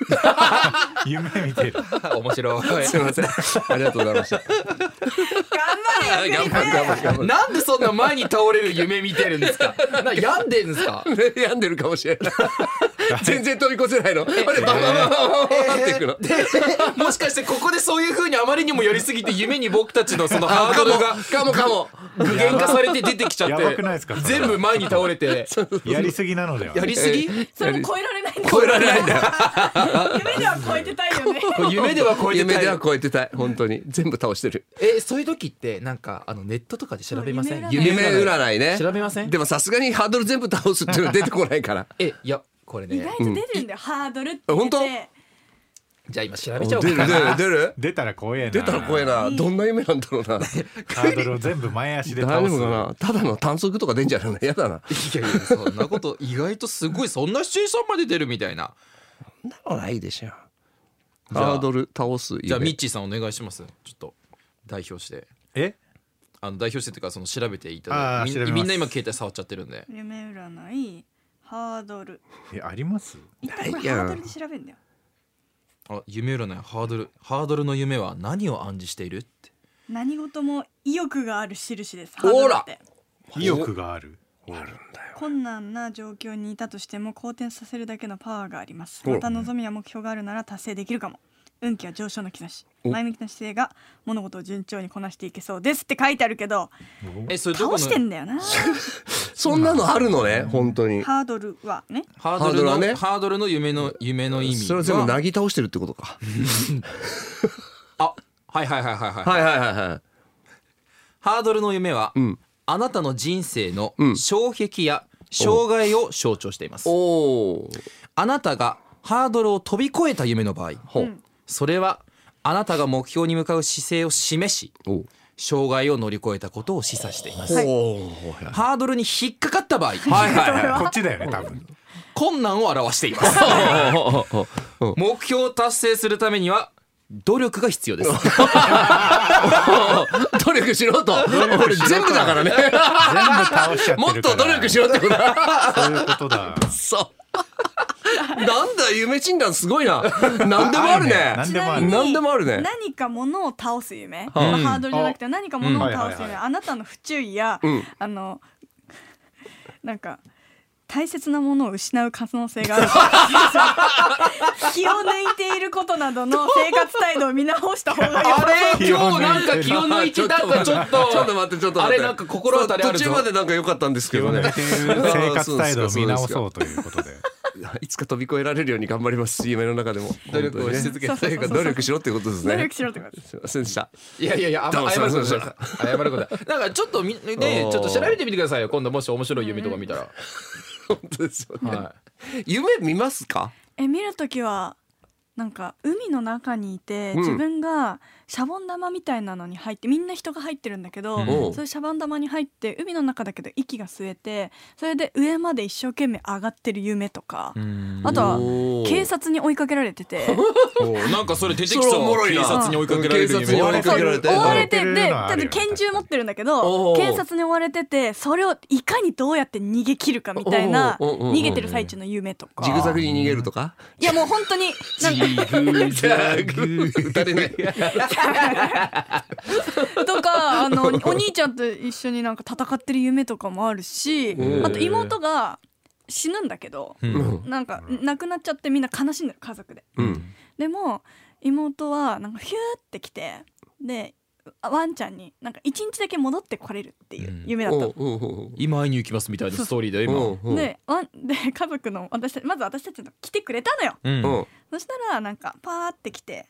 S1: 夢見てる
S4: 面白い
S3: すいません。ありがとうございました。
S2: 頑張れよ。
S3: 頑張る頑張る頑張
S4: なんでそんな前に倒れる夢見てるんです かな病んでるんです か
S3: る。病んでるかもしれない。全然飛び越せないの。あれ、バンバンバンバンバンバンっていくの。
S4: もしかしてここでそういう風にあまりにもやりすぎて夢に僕たちのそのハードルが
S3: かもかも。
S4: 具現化されて出てきちゃっ
S1: や
S4: て
S1: ばくないですかそれ
S4: 全部前に倒れ て
S1: やりすぎなのでは
S4: やりすぎ
S2: それも超えられないんだ。
S3: 超えられないんだよ。
S2: 夢では超えてたいよね。
S4: 夢では超えて
S3: 夢
S4: た
S3: で
S4: い
S3: は超えてたい。本当に。全部倒してる。
S4: えそういう時ってなんかあのネットとかで調べません
S2: 夢占い
S3: 夢占いね。
S4: 調べません
S3: でもさすがにハードル全部倒すっていうのは出てこないから。
S4: えいやこれ
S2: 意
S4: ね
S2: 外と出てるんだよ。ハードルって
S3: 本
S2: 出
S3: 当
S2: て。
S4: じゃあ今調べち
S3: 出
S4: ゃお
S3: る
S4: うか
S3: 出
S4: な
S3: る出る
S1: 出たら怖えな
S3: 出たら怖えな。どんな夢なんだろ う
S1: ハ
S3: な。
S1: ードルを全部前足で
S3: 大
S1: 倒
S3: 丈
S1: す
S3: 夫かな。ただの短足とか 出んじゃないの。やだな。
S4: いやいやそんなこと意外とすごいそんなシチュエーションまで出るみたいな
S3: なないでしょ。
S4: じゃあ
S3: ハードル倒す夢。
S4: じゃあミッチーさんお願いしますちょっと代表して
S1: え
S4: あの代表してっていうかその調べていただ
S1: あー
S4: い
S1: 調
S4: て
S1: べま
S4: み
S1: す
S4: みんな今携帯触っちゃってるんで
S2: 夢占い、ハードル。
S1: えあります
S2: 一旦こ
S3: い
S2: れ
S3: や
S2: ハードルで調べるんだよ。
S4: あ夢占いハードルハードルの夢は何を暗示しているって
S2: 何事も意欲がある印です。ハード
S4: ほ
S2: ル
S4: ら
S2: って。
S1: 意欲がある
S2: 困難な状況にいたとしても好転させるだけのパワーがあります
S3: お
S2: また望みや目標があるなら達成できるかも運気は上昇の兆し前向きな姿勢が物事を順調にこなしていけそうですって書いてあるけど
S4: えそれどこ
S2: 倒して
S4: の
S2: んだよな
S3: そんなのあるのね。本当に。
S2: ハードルはね
S4: ハ
S3: ハ
S4: ードル
S3: ードルは
S4: の
S3: ね
S4: ハードルの夢の夢の意味
S3: それを全部なぎ倒してるってことか。
S4: あはいはいはいはいはい
S3: はいはいはいはい。
S4: ハードルの夢は、
S3: ん
S4: あなたの人生の
S3: うん
S4: 障壁や障害を象徴しています、
S3: おお。
S4: あなたがハードルを飛び越えた夢の場合、
S3: ほう
S4: それはあなたが目標に向かう姿勢を示し
S3: おう。
S4: 障害を乗り越えたことを示唆しています、
S2: はい
S3: おお。
S4: ハードルに引っかかった場合、
S1: こっちだよね多分
S4: 困難を表して います目標を達成するためには努力が必要です
S3: 努力しろと。俺全部だからね。
S1: 全部倒しちゃってるから
S3: もっと努力しろってことだ。
S1: そういうことだ
S3: そう。なんだ夢診断すごいな。なんでもあるね。
S1: 何
S2: ち
S1: でも
S2: な
S1: あ
S2: み
S1: る
S2: に
S3: 何でもあるね
S2: 何か物を倒す夢、まあハードルじゃなくて何か物を倒す
S1: うんはいはい
S2: 夢、
S1: は
S2: あなたの不注意や、
S3: ん
S2: あのなんか大切なものを失う可能性がある気を抜いていることなどの生活態度を見直した方がよ
S4: あれ
S1: 気を抜いてる
S4: 今日なんか気を抜いてたんかちょっと
S3: ちょっと待ってちょっと待って
S4: あれなんか心当たりあるぞ
S3: 途中までなんか良かったんですけ
S1: 気
S3: ど
S1: を
S3: ね
S1: 抜いている生活態度を見直そうということで
S3: いつか飛び越えられるように頑張り ます夢の中でも
S4: 努力をし続
S2: て
S4: け
S3: 本当にねというか努力しろってことです
S2: 努
S3: ね
S2: 力しろってことです
S3: すいませんでした
S4: いやいやいや、あん
S3: どう
S4: ま
S3: ぞ
S4: 謝
S3: どう
S4: ること
S3: ぞ
S4: ないです。謝ることない。なんかちょっとみね
S3: おー
S4: ちょっと調べてみてくださいよ。今度もし面白い夢とか見たら。
S3: 本当ですよね
S4: は
S3: 夢見ますか
S2: え見るときはなんか海の中にいて、
S3: うん
S2: 自分がシャボン玉みたいなのに入ってみんな人が入ってるんだけど、
S4: うん
S2: そういうシャボン玉に入って海の中だけど息が吸えてそれで上まで一生懸命上がってる夢とか、
S4: い。
S2: あとは
S3: おー
S2: 警察に追いかけられて て
S4: なんかそれ出て
S3: きそう警察
S2: に
S3: 追いかけられる夢
S4: 追い
S3: 追いかけられて
S2: 追われ
S1: 追
S2: て
S1: われて
S2: で
S1: るのは
S2: 多
S1: ある
S2: 分
S1: よ
S2: 拳銃持ってるんだけ
S3: お
S2: ど
S3: う
S2: 警察に追われててそれをいかにどうやって逃げ切るかみたいな
S3: おうおうおうおう
S2: 逃げてる最中の夢と
S3: ジ
S2: か
S3: グザグに逃げるとか
S2: いやもう本当 になんか
S3: 歌れない
S2: とかあのお兄ちゃんと一緒になんか戦ってる夢とかもあるし
S3: うん
S2: あと妹が死ぬんだけど
S4: うん
S2: なんか亡くなっちゃってみんな悲しんでる家族で
S3: うん
S2: でも妹はなんかヒューって来てでワンちゃんになんか一日だけ戻ってこれるっていう夢だった
S3: お
S2: の
S3: うおうおう
S4: 今会いに行きますみたいなストーリーだよ
S3: おうおう
S2: でワン で家族の私たちまず私たちの来てくれたのよ
S4: 今。う ん
S3: うん
S2: そしたらなんかパーって来て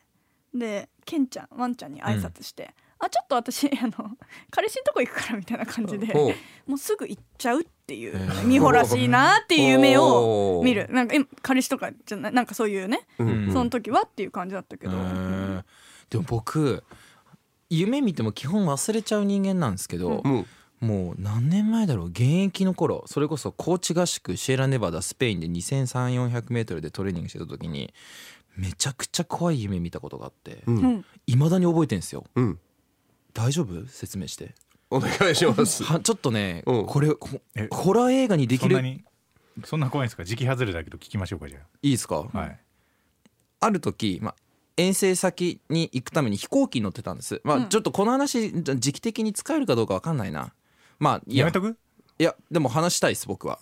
S2: でケンちゃんワンちゃんに挨拶して「あちょっと私あの彼氏のとこ行くからみたいな感じで
S3: ほう
S2: もうすぐ行っちゃうっていう
S4: ー
S2: 見ほらしいなっていう夢
S3: お
S2: を
S3: ー
S2: 見るなんかえ彼氏とかじゃないなんかそういうね、
S3: うんうん
S2: その時はっていう感じだったけど、
S4: うんでも僕夢見ても基本忘れちゃう人間なんですけど、
S3: うん
S4: もう何年前だろう現役の頃それこそ高地合宿シエラネバダスペインで2 3 0 0 4 0 0ルでトレーニングしてた時にめちゃくちゃ怖い夢見たことがあって
S3: う
S2: うんん
S4: いまだに覚えてんですよ
S3: うん
S4: 大丈夫説明して
S3: お願いします
S4: はちょっとね
S3: うん
S4: これこ
S1: え
S4: ホラー映画にで
S1: そ
S4: き
S1: んな
S4: るい
S1: にそんな怖いんですか時期外れだけど聞きましょうかじゃ
S4: いですか
S1: あはい
S4: ある時、まあ、遠征先に行くために飛行機に乗ってたんです、まあ、
S2: うん
S4: ちょっとこの話じゃ時期的に使えるかどうか分かんないなまあい
S1: や
S4: や
S1: めとく
S4: いやでも話したいです僕は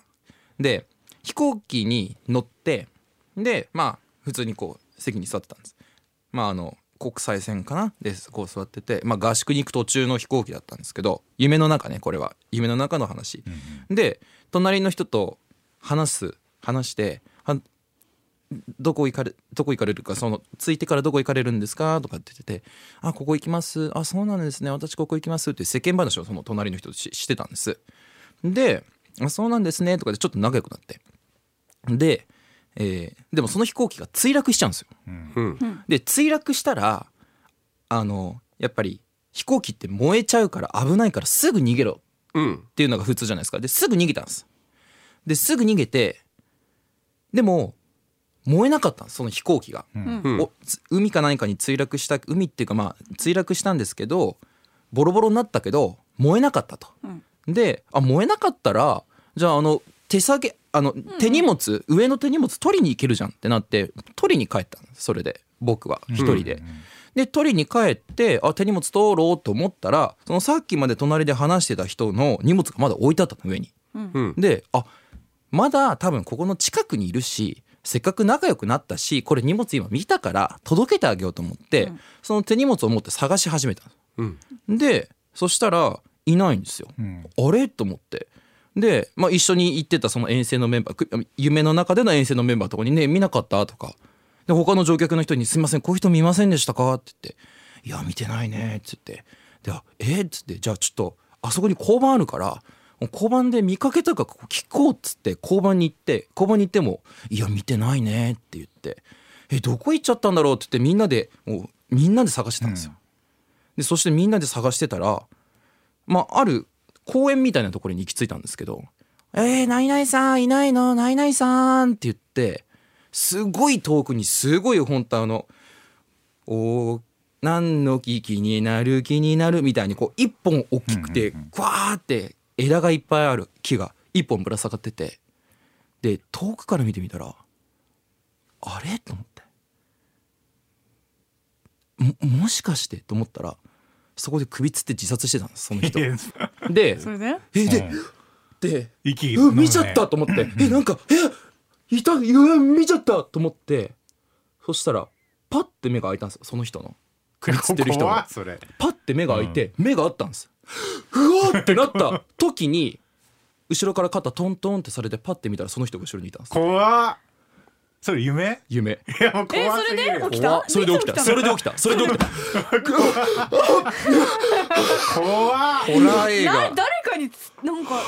S4: で飛行機に乗ってでまあ普通にこう席に座ってたんですまああの国際線かなでこう座ってて、まあ、合宿に行く途中の飛行機だったんですけど夢の中ねこれは夢の中の話、
S1: うんうん
S4: で隣の人と話す話してはどこ行かれどこ行かれるかその着いてからどこ行かれるんですかとかって言ってて「あここ行きますあそうなんですね私ここ行きます」って世間話をその隣の人とししてたんですで「あそうなんですね」とかでちょっと仲良くなってで、えーでもその飛行機が墜落しちゃうんですよ
S1: うん
S3: うん
S4: で墜落したらあのやっぱり飛行機って燃えちゃうから危ないからすぐ逃げろ
S3: うん
S4: っていうのが普通じゃないですかですぐ逃げたんですですぐ逃げてでも燃えなかったんですその飛行機が、
S3: う
S2: うん
S4: おつ海か何かに墜落した海っていうかまあ墜落したんですけどボロボロになったけど燃えなかったと、
S2: うん
S4: であ燃えなかったらじゃああの手下げあの手荷物、上の手荷物取りに行けるじゃんってなって取りに帰ったんですそれで僕は一人で、で取りに帰ってあ手荷物通ろうと思ったらそのさっきまで隣で話してた人の荷物がまだ置いてあったの上に。
S3: うん
S4: であまだ多分ここの近くにいるしせっかく仲良くなったしこれ荷物今見たから届けてあげようと思って、
S2: うん
S4: その手荷物を持って探し始めた
S3: うん
S4: のでそしたらいないんですよ。
S1: うん
S4: あれと思ってで、まあ、一緒に行ってたその遠征のメンバーく夢の中での遠征のメンバーとかにね見なかったとかで他の乗客の人に「すいませんこういう人見ませんでしたか?」って言って「いや見てないね」っつって「であえっ?」つって「じゃあちょっとあそこに交番あるから交番で見かけたかここ聞こう」っつって交番に行って交番に行っても「いや見てないね」って言って「えどこ行っちゃったんだろう?」って言ってみんなでもうみんなで探してたんですよ。でそしてみんなで探してたらまあ、ある公園みたいなところに行き着いたんですけど「えー、ナイナイさんいないのナイナイさん」って言ってすごい遠くにすごい本当あの「おー何の木気になる気になる」みたいにこう一本大きくて
S1: うんうんうん
S4: グワーって枝がいっぱいある木が一本ぶら下がっててで遠くから見てみたらあれと思って。ももしかしてと思ったらそこで首つって自殺してたんですそ の人
S1: いや
S4: で
S2: それで
S4: えで
S1: うん
S4: で
S1: 息
S4: うわ見ちゃったと思ってえなんかえいたうわ見ちゃったと思ってそしたらパッて目が開いたんですよその人の首つってる人
S1: 怖
S4: が
S1: っそれ
S4: パッて目が開いて目があったんですうわってなった時に後ろから肩トントンってされてパッて見たらその人が後ろにいたんです
S1: 怖っそれ夢
S4: 夢
S1: いやもう
S2: え
S1: 怖
S2: そ
S1: す
S2: れ
S1: ぎる
S2: で
S1: よ
S2: 起きた
S4: 怖っそれで起きたそれで起きたそれで起きた
S1: 怖っ
S3: ホラー映
S2: な
S3: 画
S2: 誰かにつなんか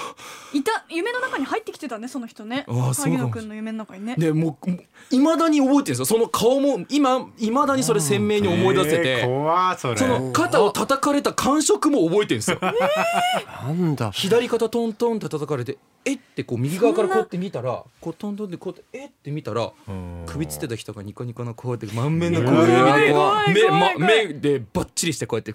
S2: いた夢の中に入ってきてたねその人ね
S4: あーそうかもしれ
S2: 萩
S4: ない
S2: 野くんの夢の中にね
S4: でもういまだに覚えてるんですよその顔も今いまだにそれ鮮明に思い出せて、
S1: えー怖っそれ
S4: その肩を叩かれた感触も覚えてるんですよ
S3: なんだ
S4: 左肩トントンって叩かれてえってこう右側からこうやって見たらこうトントンってこうやってえって見たら
S1: うん
S4: 首つってた人がニコニコのこうやって満面のこ
S1: うわ
S4: うやって
S2: 怖い
S4: 目
S2: 怖
S4: ま
S2: い怖い
S4: 目でバッチリしてこうやって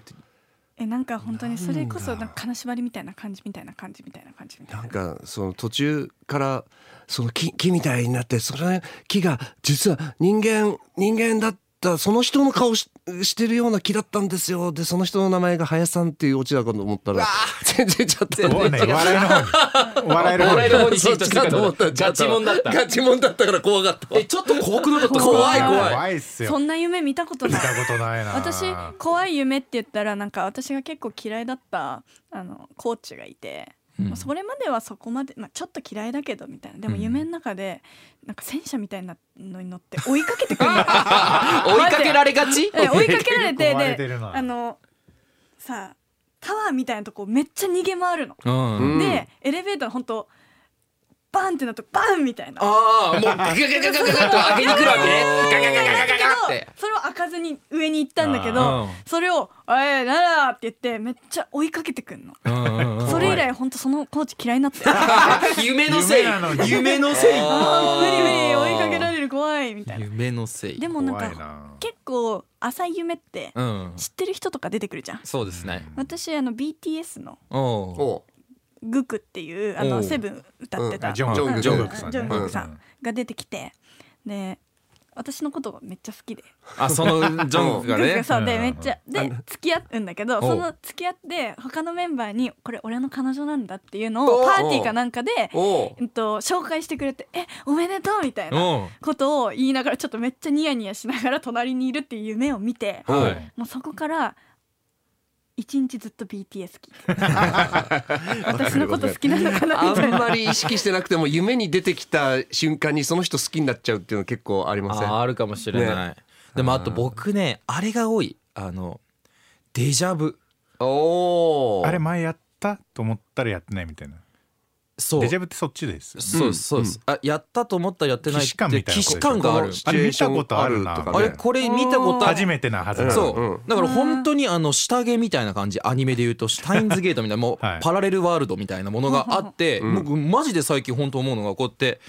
S2: えなんか本当にそれこそなんか金縛りみたいな感じみたいな感じみたいな感じみたいな
S3: なんかその途中からその木木みたいになってその木が実は人間人間だったその人の顔ししてるような木だったんですよでその人の名前が林さんっていうオチだかと思ったら全然ちゃった
S1: おいね笑いの方に笑える方
S4: 笑え
S1: に
S4: る方にシフトしてた
S3: そ
S4: の
S3: っちかと思った
S4: ガチモンだった
S3: ガチモンだったから怖かった
S4: えちょっと怖くなかったですか
S3: 怖い怖
S1: 怖いっすよ
S2: そんな夢見たこと
S1: 見
S2: ない
S1: たことないな
S2: 私怖い夢って言ったらなんか私が結構嫌いだったあのコーチがいて、
S4: うん
S2: まあそれまではそこまで、まあ、ちょっと嫌いだけどみたいなでも
S4: うん
S2: 夢の中でなんか戦車みたいなのに乗って追いかけ てくるの
S4: 追いかけられがち
S2: え追いかけられて
S1: 追われて
S2: で
S1: るな
S2: あのさタワーみたいなとこめっちゃ逃げ回るの。
S4: うん
S3: うん
S2: でエレベーター本当バンってなってバンみたいな。
S4: ああもうガガガガガガと上げに来るわけねガガガガガガガっ
S2: け
S4: て
S2: どそれを開かずに上に行ったんだけ
S4: あーう
S2: ど
S4: ん
S2: それを「おいなら」って言ってめっちゃ追いかけてくんの。それ以来本当そのコーチ嫌いになってあ
S4: 夢のせい
S1: 夢なのに
S4: 夢のせい
S2: ー無理無理追いかけられる怖いみたいな。
S4: 夢のせい
S2: でもなん
S1: 怖い
S2: か
S1: な
S2: 結構浅い夢って
S4: うん
S2: 知ってる人とか出てくるじゃん。
S4: そうですね
S2: 私あの BTS の
S4: おう
S3: お
S2: グクっていうあ
S4: お
S2: の
S4: う
S2: セブン歌ってた、
S1: あジョン
S3: ジョングク
S1: ジョングクさんね
S2: ジョングクさ
S1: うん
S2: んが出てきてで私のことがめっちゃ好きで、
S4: あそのジョン
S2: グ
S4: が
S2: ク
S4: ね
S2: がそう
S1: う
S2: で
S1: ん
S2: めっちゃで付き合うんだけど
S4: う
S2: その付き合って他のメンバーにこれ俺の彼女なんだっていうのを
S3: お
S2: パーティーかなんかで
S3: お
S2: うんと紹介してくれてえおめでとうみたいな
S4: お
S2: ことを言いながらちょっとめっちゃニヤニヤしながら隣にいるっていう夢を見て
S4: う
S3: は
S4: ん
S2: もうそこから一日ずっと BTS 聴いて私のこと好きなのかな
S3: あ
S2: みたい
S3: ん
S2: な
S3: まり意識してなくても夢に出てきた瞬間にその人好きになっちゃうっていうの結構ありません
S4: ああるかもしれないでもあと僕ねあれが多いあのデジャブ
S3: おお
S1: あれ前やったと思ったらやってないみたいな
S4: そう
S1: デジャブってそっちですよね
S4: そうですそうですあやったと思ったらやってない
S1: 既視感みたいなこと
S4: 既視感がある
S3: シチュエーションと
S1: あ
S3: か
S4: あれ
S3: ね
S4: これ見たことある
S1: 初めてなはずなの
S4: そう、
S3: うん
S4: だから本当にあの下着みたいな感じアニメで言うとシュタインズゲートみたいなもう
S1: はい
S4: パラレルワールドみたいなものがあって、
S3: ん
S4: 僕マジで最近本当思うのがこうやって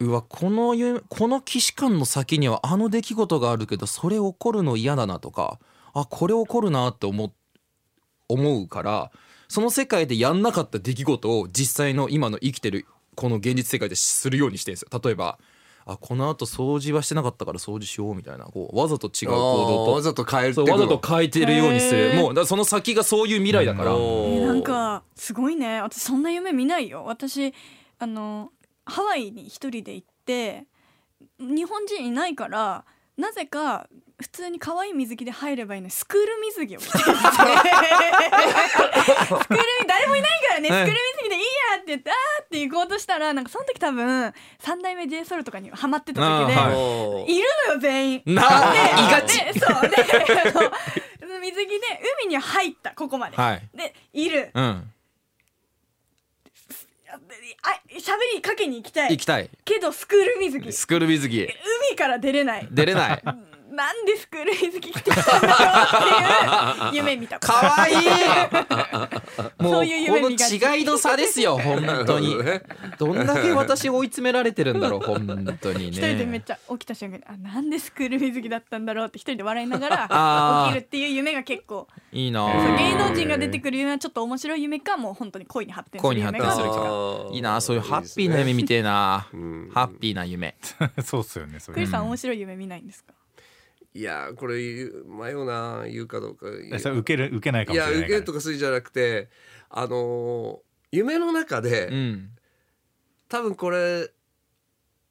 S4: うわこの夢この既視感の先にはあの出来事があるけどそれ起こるの嫌だなとかあこれ起こるなって思っ思うからその世界でやんなかった出来事を実際の今の生きてるこの現実世界でするようにしてるんですよ例えばあこのあと掃除はしてなかったから掃除しようみたいなこうわざと違う行
S3: あー
S4: 動と
S3: わざと変えて
S4: そ
S3: く
S4: う
S3: の
S4: わざと変えてるようにす
S2: へ
S4: る
S2: ー
S4: もうだからその先がそういう未来だから、
S2: え
S3: おー
S2: なんかすごいね私そんな夢見ないよ私あのハワイに一人で行って日本人いないからなぜか普通に可愛い水着で入ればいいのにスクール水着を着てきてスクール誰もいないからねスクール水着でいいやって言ってあーって行こうとしたらなんかその時多分三代目 j s o u l とかにハマってた時で、
S4: あーはい
S3: おー
S2: いるのよ全員。
S4: な
S2: で
S4: あいがち
S2: でそうであの水着で海に入ったここまで、
S4: はい
S2: でいる
S4: うん
S2: あ喋りかけに行きたい
S4: 行きたい
S2: けどスクール水着
S4: スクール水着
S2: 海から出れない
S4: 出れ ない
S2: なんでスクール水着着てきたんだ ろうっていう夢見た
S4: 可愛いも
S2: そうういう
S4: こ
S2: 夢
S4: の
S2: 見がち
S4: 違いの差です よ本当に
S3: なる
S4: どんだけ私追い詰められてるんだろ う本当にね
S2: 一人でめっちゃ起きた瞬間にあなんでスクール水着だったんだろうって一人で笑いなが
S4: あ
S2: ら
S4: ー
S2: 起きるっていう夢が結構
S4: いい
S2: そう
S4: な
S2: 芸能人が出てくる夢はちょっと面白い夢かもう本当に恋に発展する夢
S4: 恋に
S2: か
S4: 発展する
S3: ほ
S2: どっち
S3: ど
S4: か
S3: ね
S4: いいなそういうハッピーな夢見てえなハッピーな夢
S1: そうっすよねそ
S2: かク
S1: れ
S2: リスさん面白い夢見ないんですか
S3: いやーこれ迷うな言うかどうか
S1: それ受ける受けないか
S3: い
S1: もし
S3: や
S1: れない
S3: 受
S1: から
S3: けるとかするじゃなくてあのー夢の中で、
S4: うん
S3: 多分これ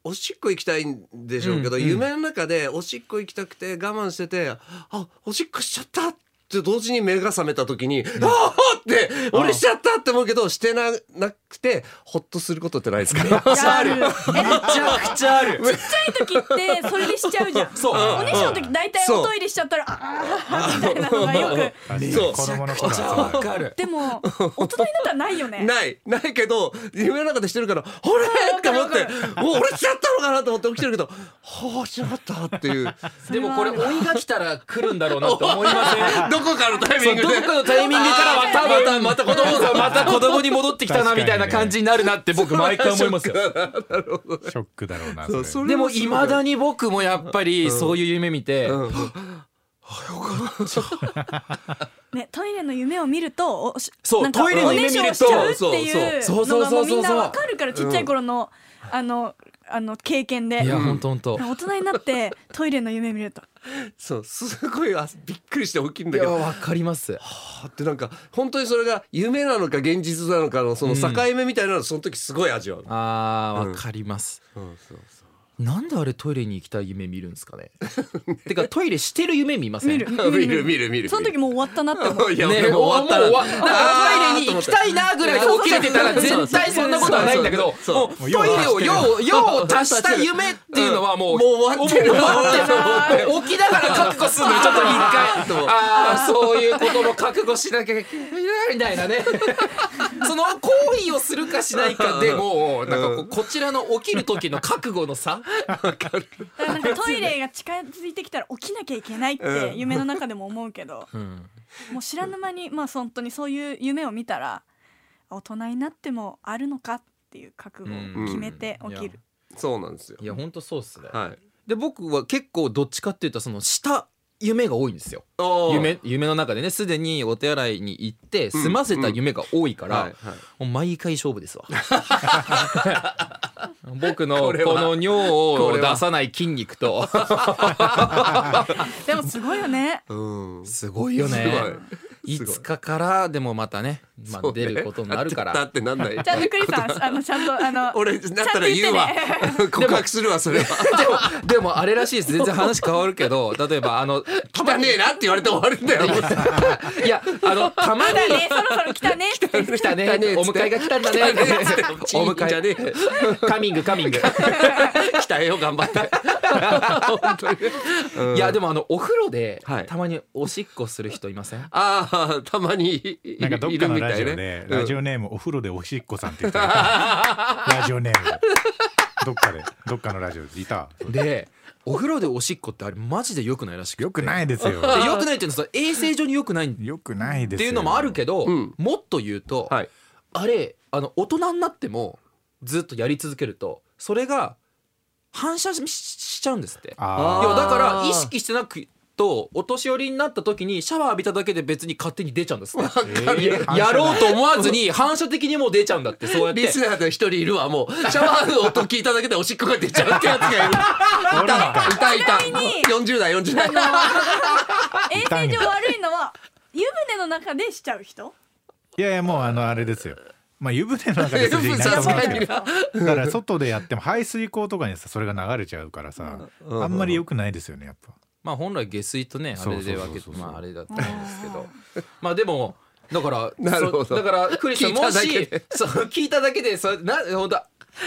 S3: おしっこ行きたいんでしょうけど、
S4: うんうん
S3: 夢の中でおしっこ行きたくて我慢しててあおしっこしちゃったって同時に目が覚めた時に、ああって俺しちゃったって思うけどしてななくてほっとすることってないですか
S2: めっちゃあるえちっ
S4: めちゃくちゃある
S2: ちゃい時ってそれでしちゃうじゃん
S4: そう
S2: おねしょの時大体おトイレしちゃったらあーみたいなのがよく
S1: 確かに
S3: そう
S1: 子供の頃は
S4: めち
S1: そ
S4: ゃ
S1: う
S4: わ
S1: だ
S4: かる
S2: でも大人になったらない よね
S3: ないないけど夢の中でしてるから「ほれ!」って思って「お俺しちゃったのかな?」と思って起きてるけど「はあしなかった」っていう
S4: でもこれ追いが来たら来るんだろうなって思いません
S3: どこかのタイミ
S4: そ
S3: ン
S4: う
S3: グ
S4: ど
S3: で
S4: っかのタイミングからまたまたまた子供さんまた子供に戻ってきたなみたいな感じになるなって僕毎回思いますよ。
S1: ショックだろうな
S3: そう
S1: そ
S3: そ
S1: れ
S3: れ
S4: でも
S3: すご
S4: い
S3: い
S4: まだに僕もやっぱりそういう夢見て、
S3: うん
S2: ねトイレの夢を見るとおし
S4: そう
S2: なんか
S4: トイレの夢見ると
S2: おねしょをしちゃうっていう
S4: そうそう
S2: のがも
S4: そうそ
S2: うみん
S4: うそうそう
S2: なわかるからちっちゃい頃のあのあの経験で
S4: いや本当本当。
S2: 大人になってトイレの夢見ると
S3: そうすごいあびっくりして起きるん
S4: い
S3: だけ
S4: や
S3: ど
S4: わかります。
S3: はあってなんか本当にそれが夢なのか現実なのかのその境目みたいなのをその時すごい味わう、
S4: あーわかります。
S3: うんそうそう
S4: なんであれトイレに行きたい夢見るんです かねてかトイレしてる夢見ません
S2: 見る
S3: 見る見る見る
S2: その時もう終わったなっ て思う
S3: いや、
S4: ね
S3: 俺も終わったら
S4: もう終わだからトイレに行きたいなぐらいで起きれてたら絶対そんなことはないんだけど
S3: そう
S4: も
S1: そう
S4: うトイレを用用を足した夢っていうのはもう
S3: もう終わってる
S4: もう終わってる起きながら覚悟するのちょっと一
S3: あーと思
S4: 回
S3: って
S4: ああそういうことも覚悟しなきゃいけないみたいなね その行為をするかしないかでもうなんかこうこちらの起きる時の覚悟の差
S2: だからなんかトイレが近づいてきたら起きなきゃいけないって夢の中でも思うけど、もう知らぬ間にまあ本当にそういう夢を見たら大人になってもあるのかっていう覚悟を決めて起きる、
S3: そうなんですよ
S4: いや本当そうっすね
S3: はい
S4: で僕は結構どっちかっていうとその下夢が多いんですよ
S3: おー
S4: 夢夢の中でねすでにお手洗いに行って済ませた夢が多いから、
S3: はいはい
S4: もう毎回勝負ですわ 僕の
S3: これは
S4: この尿を
S3: これは
S4: 出さない筋肉と
S2: でもすごいよね
S3: うん
S4: すごいよねい
S3: すごい
S4: つかからでもまたね、ま
S3: そ
S4: あ、
S3: うね
S4: 出ることになるか
S3: だっ
S4: ら。
S3: てなん ない
S2: じゃあぬくりさんあのちゃんとあの
S3: 俺だったら言うわ
S2: ちゃ んと
S3: 告白するわそれは
S4: でもでもあれらしいです全然話変わる けど例えばあの
S3: たまねえなって言われて終わるんだよ
S4: いやあのたま
S2: ま
S4: に
S2: だねそろそろ来たねって
S4: 来たね
S3: 来たね
S4: お迎えが来た んだね
S3: 来たね っつって
S4: お迎えカミングカミング
S3: 来たよ頑張って
S4: いやでもあのお風呂で
S3: はい
S4: たまにおしっこする人いません
S3: ああたまにい
S1: なんかどっ
S3: い
S1: か
S3: る
S1: の
S3: みた
S1: ラジ
S3: い
S1: オ
S3: ね
S1: で、ラジオネームお風呂でおしっこさんって言った人いたラジオネームどっかでどっかのラジオでいた
S4: でお風呂でおしっこってあれマジで良くないらしくて
S1: よくないいですよ
S4: 良くないっていうのはその衛生上に良くないっ
S1: よくないです
S4: て
S1: よ
S4: いうのもあるけど、
S3: ん
S4: もっと言うと、
S3: はい
S4: あれあの大人になってもずっとやり続けるとそれが反射ししちゃうんですって
S1: あ
S4: い
S1: ー
S4: やだから意識してなくとお年寄りになった時にシャワー浴びただけで別に勝手に出ちゃうんですね
S1: る
S4: いややろうと思わずに反射的にもう出ちゃうんだってそうやって
S3: リスナーで一人いるわもうシャワーの音聞いただけでおしっこが出ちゃうってやつがいる
S1: おるのか
S3: いたいた
S2: ちなみに
S3: 40代40代
S2: 衛生上悪いのは湯船の中でしちゃう人
S1: いやいやもうあのあれですよまあ湯船の中で別にいないと思うんですけどだから外でやっても排水口とかにさそれが流れちゃうからさあんまり良くないですよねやっぱ
S4: まあ本来下水とねあ
S1: そう
S4: れで分け
S1: そうそ
S4: て
S1: うそう
S4: まああれだったんですけどまあでもだから
S3: なるほど
S4: そうだからクリスさん
S3: 聞いた
S4: も
S3: だけ
S4: し
S3: で
S4: そう聞いただけでそうな本当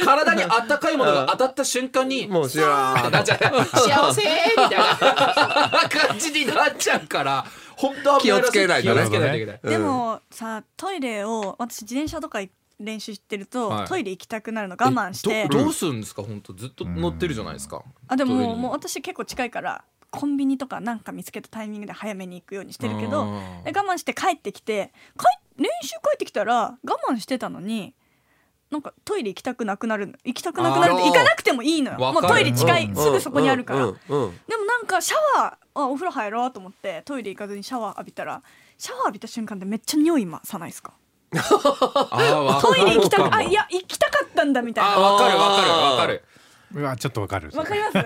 S4: 体にあったかいもの が当たった瞬間に
S3: もう知らん
S4: なっちゃう幸せみたいな感じになっちゃうから本当危らし
S3: 気をつけないと
S4: 気
S3: ね
S4: をつけないといけない。
S2: でもさトイレを私自転車とか練習してると、
S4: はい
S2: トイレ行きたくなるの我慢して
S4: えどどうするんですか本当ずっと乗ってるじゃないですか。
S2: あでも
S4: トイレ
S2: もう
S4: に
S2: もう私結構近いからコンビニとかなんか見つけたタイミングで早めに行くようにしてるけど
S4: うん
S2: で我慢して帰ってきて帰練習帰ってきたら我慢してたのになんかトイレ行きたくなくなるの行きたくなくなるって
S3: あー
S2: 行かなくてもいいのよ
S4: わ
S2: もう
S4: かる
S2: トイレ近い、
S1: うん
S2: すぐそこにあるから、
S3: うんうんうん
S2: でもなんかシャワーあお風呂入ろうと思ってトイレ行かずにシャワー浴びたらシャワー浴びた瞬間でめっちゃ匂い今さないですかト
S4: ト
S2: イレ行きた
S4: か
S2: く
S4: も
S2: あいや行きたかったんだみたい
S4: あ
S2: な
S4: わかるわかるわかる。
S1: うわちょっとわかる
S2: わかります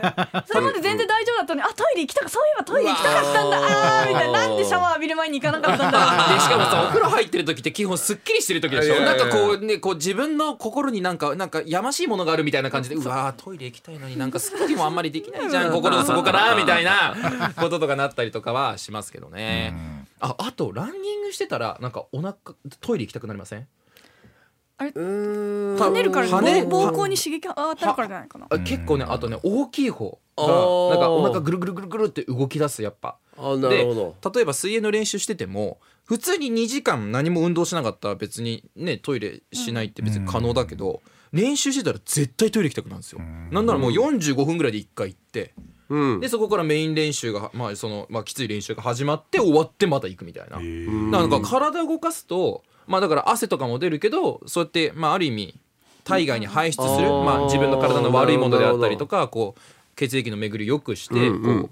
S2: それまで全然大丈夫だったのにあトイレ行きたかそういえばトイレ行きたかったんだ
S3: うわー
S2: あーみたいななんでシャワー浴びる前に行かなかったん
S4: でし
S2: だ
S4: かもさお風呂入ってる時って基本すっきりしてる時でし
S3: いや
S4: ょ
S3: いや
S4: ないん
S3: や
S4: かこうねこう自分の心になんかなんかやましいものがあるみたいな感じでうわートイレ行きたいのになんかすっきりもあんまりできないじゃん心の底からみたいなこととかなったりとかはしますけどねああとランニングしてたらなんかお腹トイレ行きたくなりません
S2: 跳ねるから
S4: 跳ね
S2: 膀膀胱に刺激が当たるからじゃないかな
S4: あ結構ねあとね大きい方が
S3: あー
S4: なんかお腹ぐるぐるぐるぐるって動き出すやっぱ。
S3: あな
S4: で
S3: るほど
S4: 例えば水泳の練習してても普通に2時間何も運動しなかったら別にねトイレしないって別に可能だけど、練習してたら絶対トイレ行きたくなるんですよ、なんならもう45分ぐらいで1回行って
S3: うん
S4: でそこからメイン練習が、まあそのまあ、きつい練習が始まって終わってまた行くみたいな、なんか体動かすとまあだから汗とかも出るけどそうやって、まあ、ある意味体外に排出する、
S3: うん
S4: まあ、自分の体の悪いものであった
S3: な
S4: りと
S3: るほど
S4: かこう血液の巡りを良くして、
S3: うん
S4: こう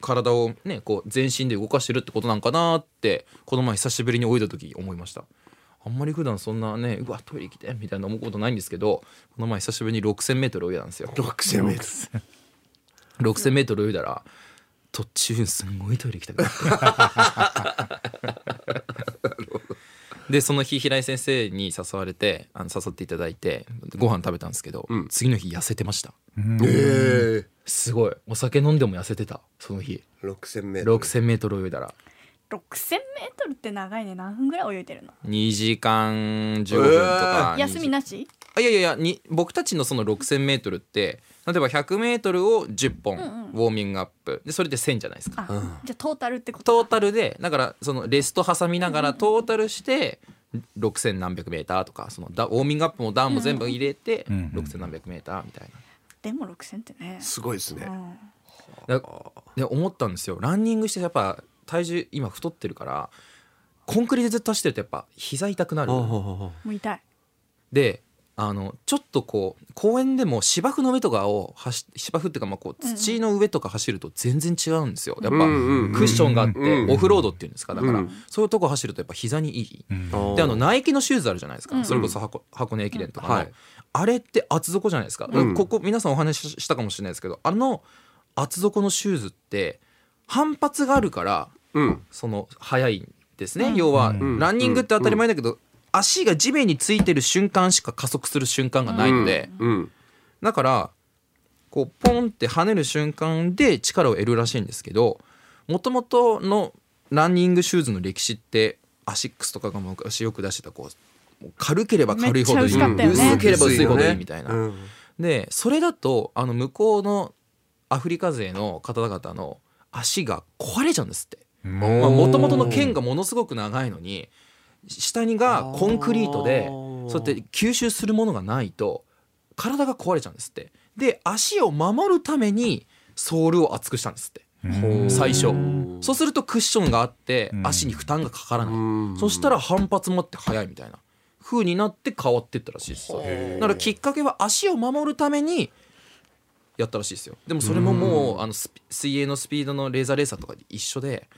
S4: 体をねこう全身で動かしてるってことなんかなってこの前久しぶりに泳いだ時思いました。あんまり普段そんなねうわトイレ行きたいみたいな思うことないんですけどこの前久しぶりに 6,000m 泳いだんですよ。
S3: 6000メートル
S4: 6,000m 泳いだら途中すんごいトイレ行きたくなった。 でその日平井先生に誘われてあの誘っていただいてご飯食べたんですけど、
S3: うん
S4: 次の日痩せてました
S1: うん
S3: ええ
S4: すごいお酒飲んでも痩せてたその日
S3: 六千メートル。
S4: 6,000m 泳いだら
S2: 6000メートルって長いね何分ぐらい泳いでるの
S4: 2時間15分とか、
S2: 休みなし
S4: あいやいやいやに僕たちのその 6,000m って例えば 100m を10本
S2: うんうん
S4: ウォーミングアップでそれで1000じゃないですか
S2: あ、じゃあトータルってこと
S4: トータルでだからそのレスト挟みながらトータルして6,000何百メーターとかそのダウォーミングアップもダウンも全部入れて
S1: うんうん
S4: 6,000何百メーターみたいな
S2: でも6000ってね
S3: すごいですね。
S2: うん
S4: だで思ったんですよランニングしてやっぱ体重今太ってるからコンクリでずっと走ってるとやっぱ膝痛くなる
S2: もう痛い
S4: であのちょっとこう公園でも芝生の上とかを走芝生っていうかまあこう
S2: うんうん
S4: 土の上とか走ると全然違うんですよやっぱ
S3: うんうんうん
S4: クッションがあって
S3: うん
S4: オフロードっていうんですかだか
S3: う
S4: ら
S3: ん
S4: そういうとこ走るとやっぱ膝にいい
S1: うん
S4: であのナイキのシューズあるじゃないですか、
S2: うん
S4: それこそ箱箱根駅伝とかの、
S3: うんはい
S4: あれって厚底じゃないですか、
S3: うん
S4: ここ皆さんお話ししたかもしれないですけどあの厚底のシューズって反発があるから
S3: うん。
S4: その速いんですね、
S2: うん
S4: 要は、
S1: うん
S4: ランニングって当たり前だけど、足が地面についてる瞬間しか加速する瞬間がないので、
S3: うん。
S4: だからこうポンって跳ねる瞬間で力を得るらしいんですけどもともとのランニングシューズの歴史ってアシックスとかが昔よく出してたこうもう軽ければ軽いほどい
S2: めっ
S4: い、
S2: ちゃ薄かったよね
S4: 薄ければ薄いほどいいみたいな。
S3: うん
S4: でそれだとあの向こうのアフリカ勢の方々の足が壊れちゃうんですって。
S1: うん
S3: おー
S4: もともとの剣がものすごく長いのに下にがコンクリートで
S3: あー
S4: そうやって吸収するものがないと体が壊れちゃうんですってで足を守るためにソールを厚くしたんですって
S1: うん
S4: 最初
S3: うん
S4: そうするとクッションがあって
S1: うん
S4: 足に負担がかからない、
S3: うん
S4: そしたら反発もあって早いみたいな風になって変わってったらしいですよ
S3: へー
S4: だからきっかけは足を守るためにやったらしいですよでもそれももうあのスピ水泳のスピードのレーザーレーサーとか一緒で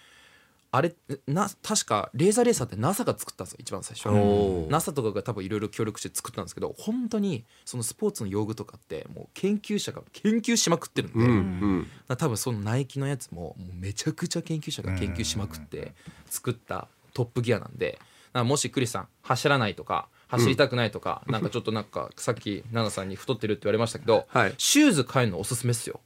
S4: あれな確かレーザーレーサーって NASA が作ったんですよ一番最初
S3: おー
S4: NASA とかが多分いろいろ協力して作ったんですけど本当にそのスポーツの用具とかってもう研究者が研究しまくってるんで、
S3: うんうん
S4: だから多分そのナイキのやつももうめちゃくちゃ研究者が研究しまくって作ったトップギアなんでだからもしクリスさん走らないとか走りたくないとか、なんかちょっとなんか さっき奈々さんに太ってるって言われましたけど、
S3: はい
S4: シューズ買えるのおすすめっすよ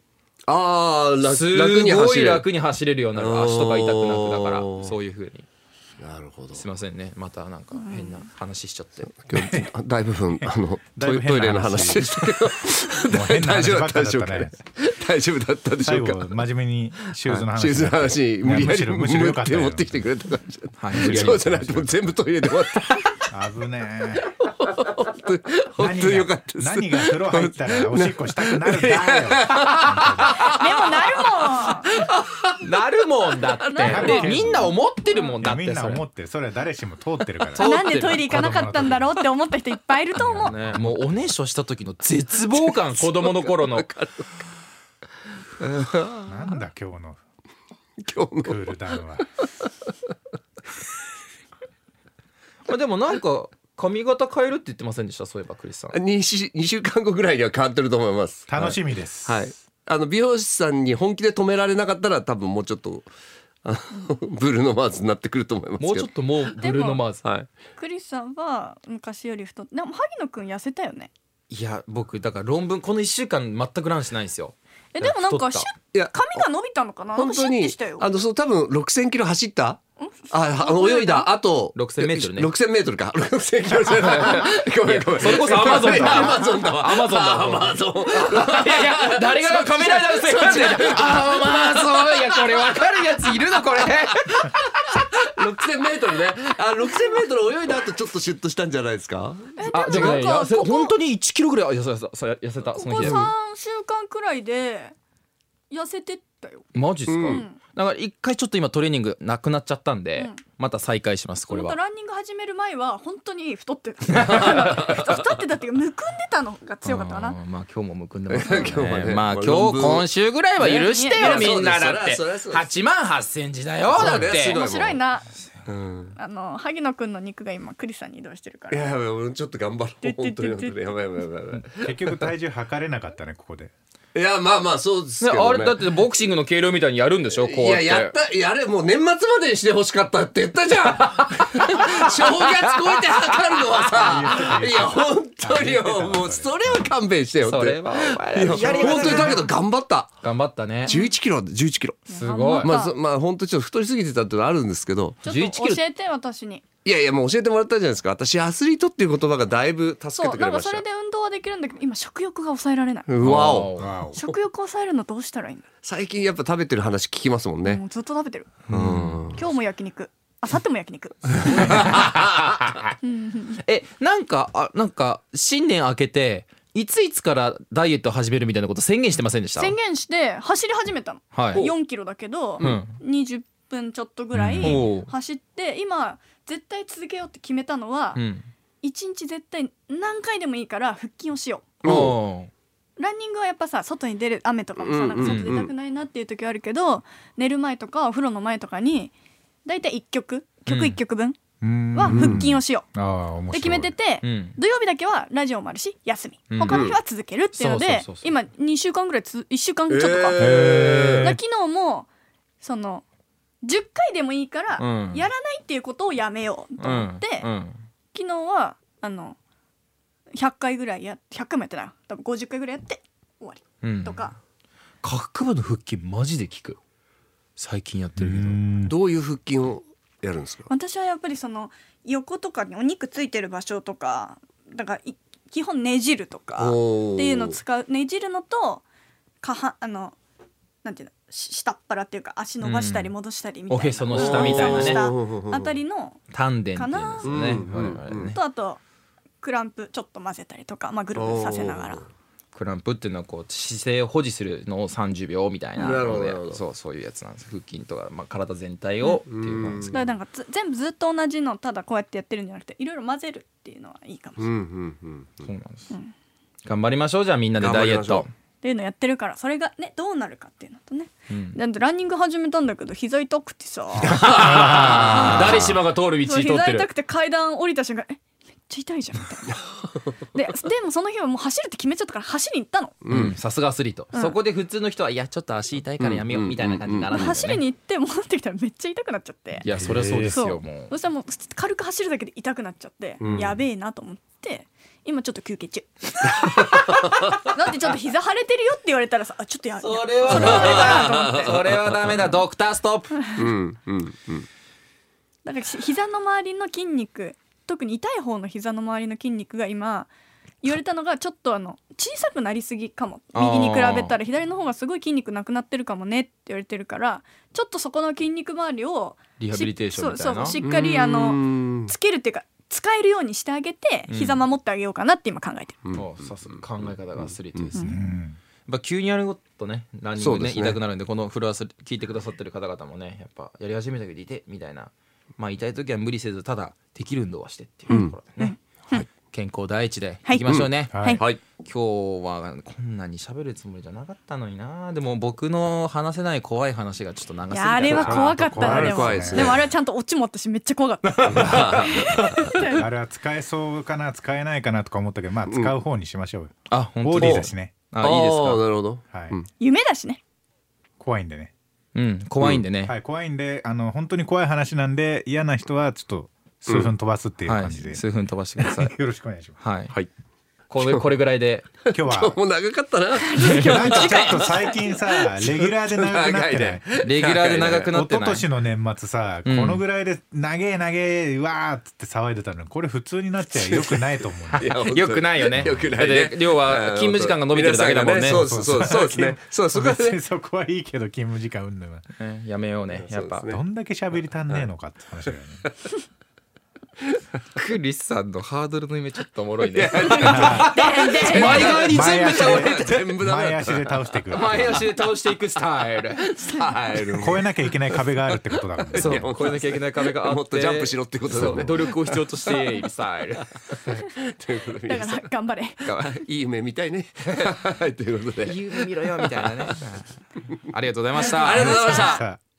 S3: ああ楽
S4: す
S3: 楽に
S4: ご
S3: 走
S4: い
S3: る
S4: 楽に走れるようになる足とか痛くなくだから
S3: おー
S4: そういうふうに
S3: なるほど
S4: すいませんねまたなんか変な話しちゃって、
S3: 今日あ大 部分あの
S1: だいぶ
S3: トイト
S1: 変
S3: イレ
S1: な
S3: の話
S1: 話
S3: でしたけど
S1: もう変な
S3: 大
S1: 話
S3: 丈
S1: ばったかだっ
S3: 夫だっでしょ
S1: た
S3: うか
S1: ね
S3: 大丈夫だったでし
S1: 最
S3: ょうか
S1: 後真面目にシューズの話
S3: シューズの話無理やり
S1: むしろ
S3: 持
S1: よか
S3: っ
S1: ってた
S3: 持
S1: よ
S3: ってきてくれた感じ
S4: はい
S3: そうじゃないもう全部トイレで終わった
S1: 危ね
S3: 本当によかっ
S1: え
S3: たです
S1: 何が風呂入ったらおしっこしたくなるんだよ
S2: でもなるも
S4: なるもんだっ
S1: な
S4: てで
S1: る
S4: みんな思ってるもんだっ
S1: み
S4: て
S1: んな
S4: それ
S1: 思ってるそれは誰しも通ってるから
S4: そうん
S2: なんでトイレ行かなかったんだろうって思った人いっぱいいると思う
S4: ね、もうおねしょした時の絶望感子供の頃の
S1: なんだ今日の
S3: 今日
S1: ク
S3: の
S1: ールダウンは
S4: まあでもなんか髪型変えるって言ってませんでしたそういえばクリス さん
S3: 2週二週間後ぐらいには変わってると思います
S1: 楽しみです
S3: はい。あの美容師さんに本気で止められなかったら多分もうちょっとあの ブルーノマーズになってくると思いますけど。
S4: もうちょっともうブルーノマーズ
S3: はい。
S2: クリスさんは昔より太ってでも萩野くん痩せたよね
S4: いや僕だから論文この1週間全くランしないんですよ
S2: えでもなん
S4: 太っ
S2: かシ
S4: た
S2: ュッ
S3: いや
S2: 髪が伸びたのかななん
S3: 本
S2: かシ
S3: 当
S2: ュッて
S3: に
S2: したよ
S3: あのそう多分6000キロ走った。ああの泳いだあと
S4: 6000メートルね
S3: 6000メートルか。6000キロじゃない。ごめんごめん。
S4: それこそ Amazon だ
S3: アマゾンだわ。
S4: Amazon だわ
S3: アマゾン。
S4: いやいや誰がカメラだせ ああまあそういやこれわかるやついるのこれ
S3: 6000メートルね。あ6000メートル泳いだ後ちょっとシュッとしたんじゃないですか。
S4: あでもね
S2: なんか
S4: 痩せ
S2: ここ
S4: 本当に1キロぐらい痩せたさ痩せた
S2: こ
S4: そ
S2: こ
S4: の日
S2: 3週間くらいで痩せてったよ
S4: マジっすか、
S3: うん
S4: だから一回ちょっと今トレーニングなくなっちゃったんで、
S2: うん
S4: また再開しますこれ
S2: 本
S4: は
S2: 当ランニング始める前は本当に太ってた太ってたっていうかむくんでたのが強かったか
S4: あ
S2: な
S4: ーまあ今日もむくんでますからね
S3: 今日もね
S4: まあ今日
S3: 論文
S4: 今週ぐらいは許してよ、
S3: ね
S4: みんなだっ
S3: いや
S4: て
S3: そうですそりゃそうです
S4: 8万8千字だよだっ
S3: そうです
S4: て
S3: すご
S2: 面白いな
S3: うん。
S2: あの萩野くんの肉が今クリスさんに移動してるか
S3: い
S2: ら
S3: や やばい俺ちょっと頑張ろう本当に本当にやばいやばいやばい。
S1: 結局体重測れなかったねここで
S3: いやまあまあそうですけど、ね、
S5: あれだってボクシングの計量みたいにやるんでしょこう
S3: い
S5: やっ
S3: や
S5: て
S3: やったやれもう年末までにしてほしかったって言ったじゃん正月超えて測るのはさいや本当によもうそれは勘弁してよって
S5: それはお前ら
S3: いや
S5: のやり
S3: 本当にだけど頑張った
S4: 頑張ったね
S3: 1 1キロ1 1キロ
S4: すごい
S3: まあそまあ本当ちょっと太りすぎてたってのはあるんですけど
S2: ちょっと教えて私に
S3: いやいやもう教えてもらったじゃないですか私アスリートっていう言葉がだいぶ助け
S2: そ
S3: て
S2: う
S3: く
S2: な
S3: れ
S2: んか
S3: まし
S2: そ
S3: た
S2: れで運動はできるんだけど今食欲が抑えられないう
S3: わお
S1: わお
S2: 食欲を抑えるのどうしたらいいんだ
S3: 最近やっぱ食べてる話聞きますもんね
S2: もうずっと食べてる
S3: うん
S2: 今日も焼肉あさっても焼肉うん
S4: えなんかあなんか新年明けていついつからダイエット始めるみたいなこと宣言してませんでした
S2: 宣言して走り始めたの
S4: はい
S2: 4キロだけど、
S4: うん
S2: 20分ちょっとぐらい
S4: おう
S2: 走って今絶対続けようって決めたのは、
S4: うん
S2: 一1日絶対何回でもいいから腹筋をしよ
S4: お
S2: うランニングはやっぱさ外に出る雨とかもさ、
S3: うん
S2: なんか外出たくないなっていう時はあるけど、寝る前とかお風呂の前とかに大体1曲曲1曲分
S1: うん
S2: は腹筋をしよ、
S1: ああ面白いう
S2: で決めてて、
S4: うん
S2: 土曜日だけはラジオもあるし休
S4: う
S2: み
S4: ん
S2: 他の日は続けるっていうので、
S4: うんそうそうそうそう
S2: 今2週間ぐらいつ1週間ちょっとか、
S1: へ
S2: だ
S1: え
S2: から昨日もその10回でもいいから
S4: うん
S2: やらないっていうことをやめようと思って、
S4: うん
S2: 昨日はあの100回ぐらいや100回もやってないわ多分50回ぐらいやって終わり
S4: うん
S2: とか、
S4: 各部の腹筋マジで効く最近やってるけ
S1: う
S4: ど
S1: ん
S3: どういう腹筋をやるんですか
S2: 私はやっぱりその横とかにお肉ついてる場所とかだからい基本ねじるとか
S3: おー
S2: っていうのを使うねじるのと下半あのなんていうのし下っ腹っていうか足伸ばしたり
S4: うん
S2: 戻したりみたいな、
S4: おへその下みたいなね
S2: おへその下あたりの
S4: 丹田っていうんですよね
S3: うん
S4: 我々ね
S2: とあとクランプちょっと混ぜたりとか、まあ、グループさせながら
S4: クランプっていうのはこう姿勢を保持するのを30秒みたいな
S3: なるほど
S4: ので
S3: なるほど
S4: そうそういうやつなんです腹筋とか、まあ、体全体をっていう感じ
S2: だからなんかつ全部ずっと同じのただこうやってやってるんじゃなくていろいろ混ぜるっていうのはいいかもしれ
S3: う
S2: ない、
S3: ん
S2: っ
S3: うんうん
S4: そうなんです、
S2: うん
S4: 頑張りましょうじゃあみんなでダイエッ
S3: 頑張
S4: ト
S3: りま
S2: ていうのやってるからそれがねどうなるかっていうのとね、
S4: うん
S2: だってランニング始めたんだけど膝痛くてさ
S5: 誰しもが通る道
S2: そう
S5: 通って
S2: 膝
S5: る
S2: 痛くて階段降りた瞬間えめっちゃ痛いじゃんみたいなででもその日はもう走るって決めちゃったから走りに行ったの、
S4: うんさすがアスリート、
S2: うん
S4: そこで普通の人はいやちょっと足痛いからやめようみたいな感じにならないんだよね
S2: 走りに行って戻ってきたらめっちゃ痛くなっちゃって
S4: いやそりゃそうです
S2: そ
S4: よ
S2: う
S4: も
S2: そしたらもう軽く走るだけで痛くなっちゃって、
S3: うん
S2: やべえなと思って今ちょっと休憩中 なんでちょっと膝腫れてるよって言われたらさあちょっとや
S4: うそれは
S2: それはダメだと思って
S4: それはダメだドクターストップ
S3: うんうんうん
S2: だからし膝の周りの筋肉特に痛い方の膝の周りの筋肉が今言われたのがちょっとあの小さくなりすぎかも
S4: あー
S2: 右に比べたら左の方がすごい筋肉なくなってるかもねって言われてるからちょっとそこの筋肉周りを
S4: リハビリテーションみたいな
S2: しそうそうしっかりあの
S3: の
S2: つけるっていうか使えるようにしてあげて
S4: うん
S2: 膝守ってあげようかなって今考えてる、
S4: もうさすが考え方がアスリートです
S1: う
S4: ね、やっ
S1: ん
S4: ぱ急にやることねランニン
S3: そ
S4: グ
S3: うで
S4: ね
S3: すね
S4: 痛くなるんでこのフルアス聞いてくださってる方々もねやっぱやり始めたけど痛いみたいなまあ痛い時は無理せずただできる運動はしてっていうところでね、はい健康第一で
S2: はい
S4: いきましょうね、
S1: うん
S2: はい
S3: はい
S4: 今日はこんなに喋るつもりじゃなかったのになでも僕の話せない怖い話がちょっと長
S2: い
S4: すぎ
S2: や
S4: た
S2: あれは怖かった
S1: 怖
S2: な
S1: い
S2: でも
S3: 怖いですね
S2: でもあれはちゃんとオチもあったしめっちゃ怖かった
S1: あれは使えそうかな使えないかなとか思ったけどまあ使う方にしましょうよ、
S4: あ本
S1: オ
S4: 当
S1: ーディー
S4: で
S1: だ
S4: す
S1: しね
S4: あいいです
S3: あー
S4: か
S3: なるほど
S1: はい、
S3: うん
S2: 夢だし ね
S1: 怖いんでね
S4: うん怖いんでね、
S1: はい怖いんであの本当に怖い話なんで嫌な人はちょっと数分飛ばすっていう
S4: は
S1: 感
S4: い
S1: じで、
S4: 数分飛ばしてください
S1: よろしくお願いします
S4: はい、
S3: はい
S4: これこれぐらいで
S1: 今日は
S3: もう長かったな
S1: なんかちょっと最近さレギュラーで長くなってない
S4: レギュラーで長くなっ
S1: 一
S4: て
S1: 昨
S4: ない
S1: 年の年末さ、
S4: ん
S1: このぐらいで「長え長えうわ」っつって騒いでたのにこれ普通になっちゃよくないと思うん だよ
S4: よくないよね
S3: よくない
S4: だっ
S3: ね
S4: て要は勤務時間が伸びてるだけだもん
S3: 皆
S4: ね
S3: さがそうそうそうです ねそうそこは
S1: 別
S3: ね
S1: にそこはいいけど勤務時間うんぬんは
S4: うんやめようねやっぱ、
S3: そうですね
S1: どんだけ喋り足んねえのかって話 だよね
S4: クリスさんのハードルの夢ちょっとおもろいね
S3: 前側に
S1: 前
S3: 全部
S1: 足
S3: 倒れ
S1: で
S3: て全部ダメ
S1: 前
S3: だっ
S1: 足で倒していく
S4: 前足で倒していくスタ イル
S3: た帰る
S1: 超えなきゃいけない壁があるってことだから ね
S4: そう
S3: や
S4: 越えなきゃいけない壁があって
S3: もっとジャンプしろってことだよね
S4: そう努力を必要としているスタ イル
S3: ということで
S2: だ
S3: 皆
S2: か
S3: さ
S2: ら頑張れ
S3: ん がいい夢見たいねはいということで
S4: 夢見ろよみたいなねありがとうございました
S3: ありがとうございました
S1: さあ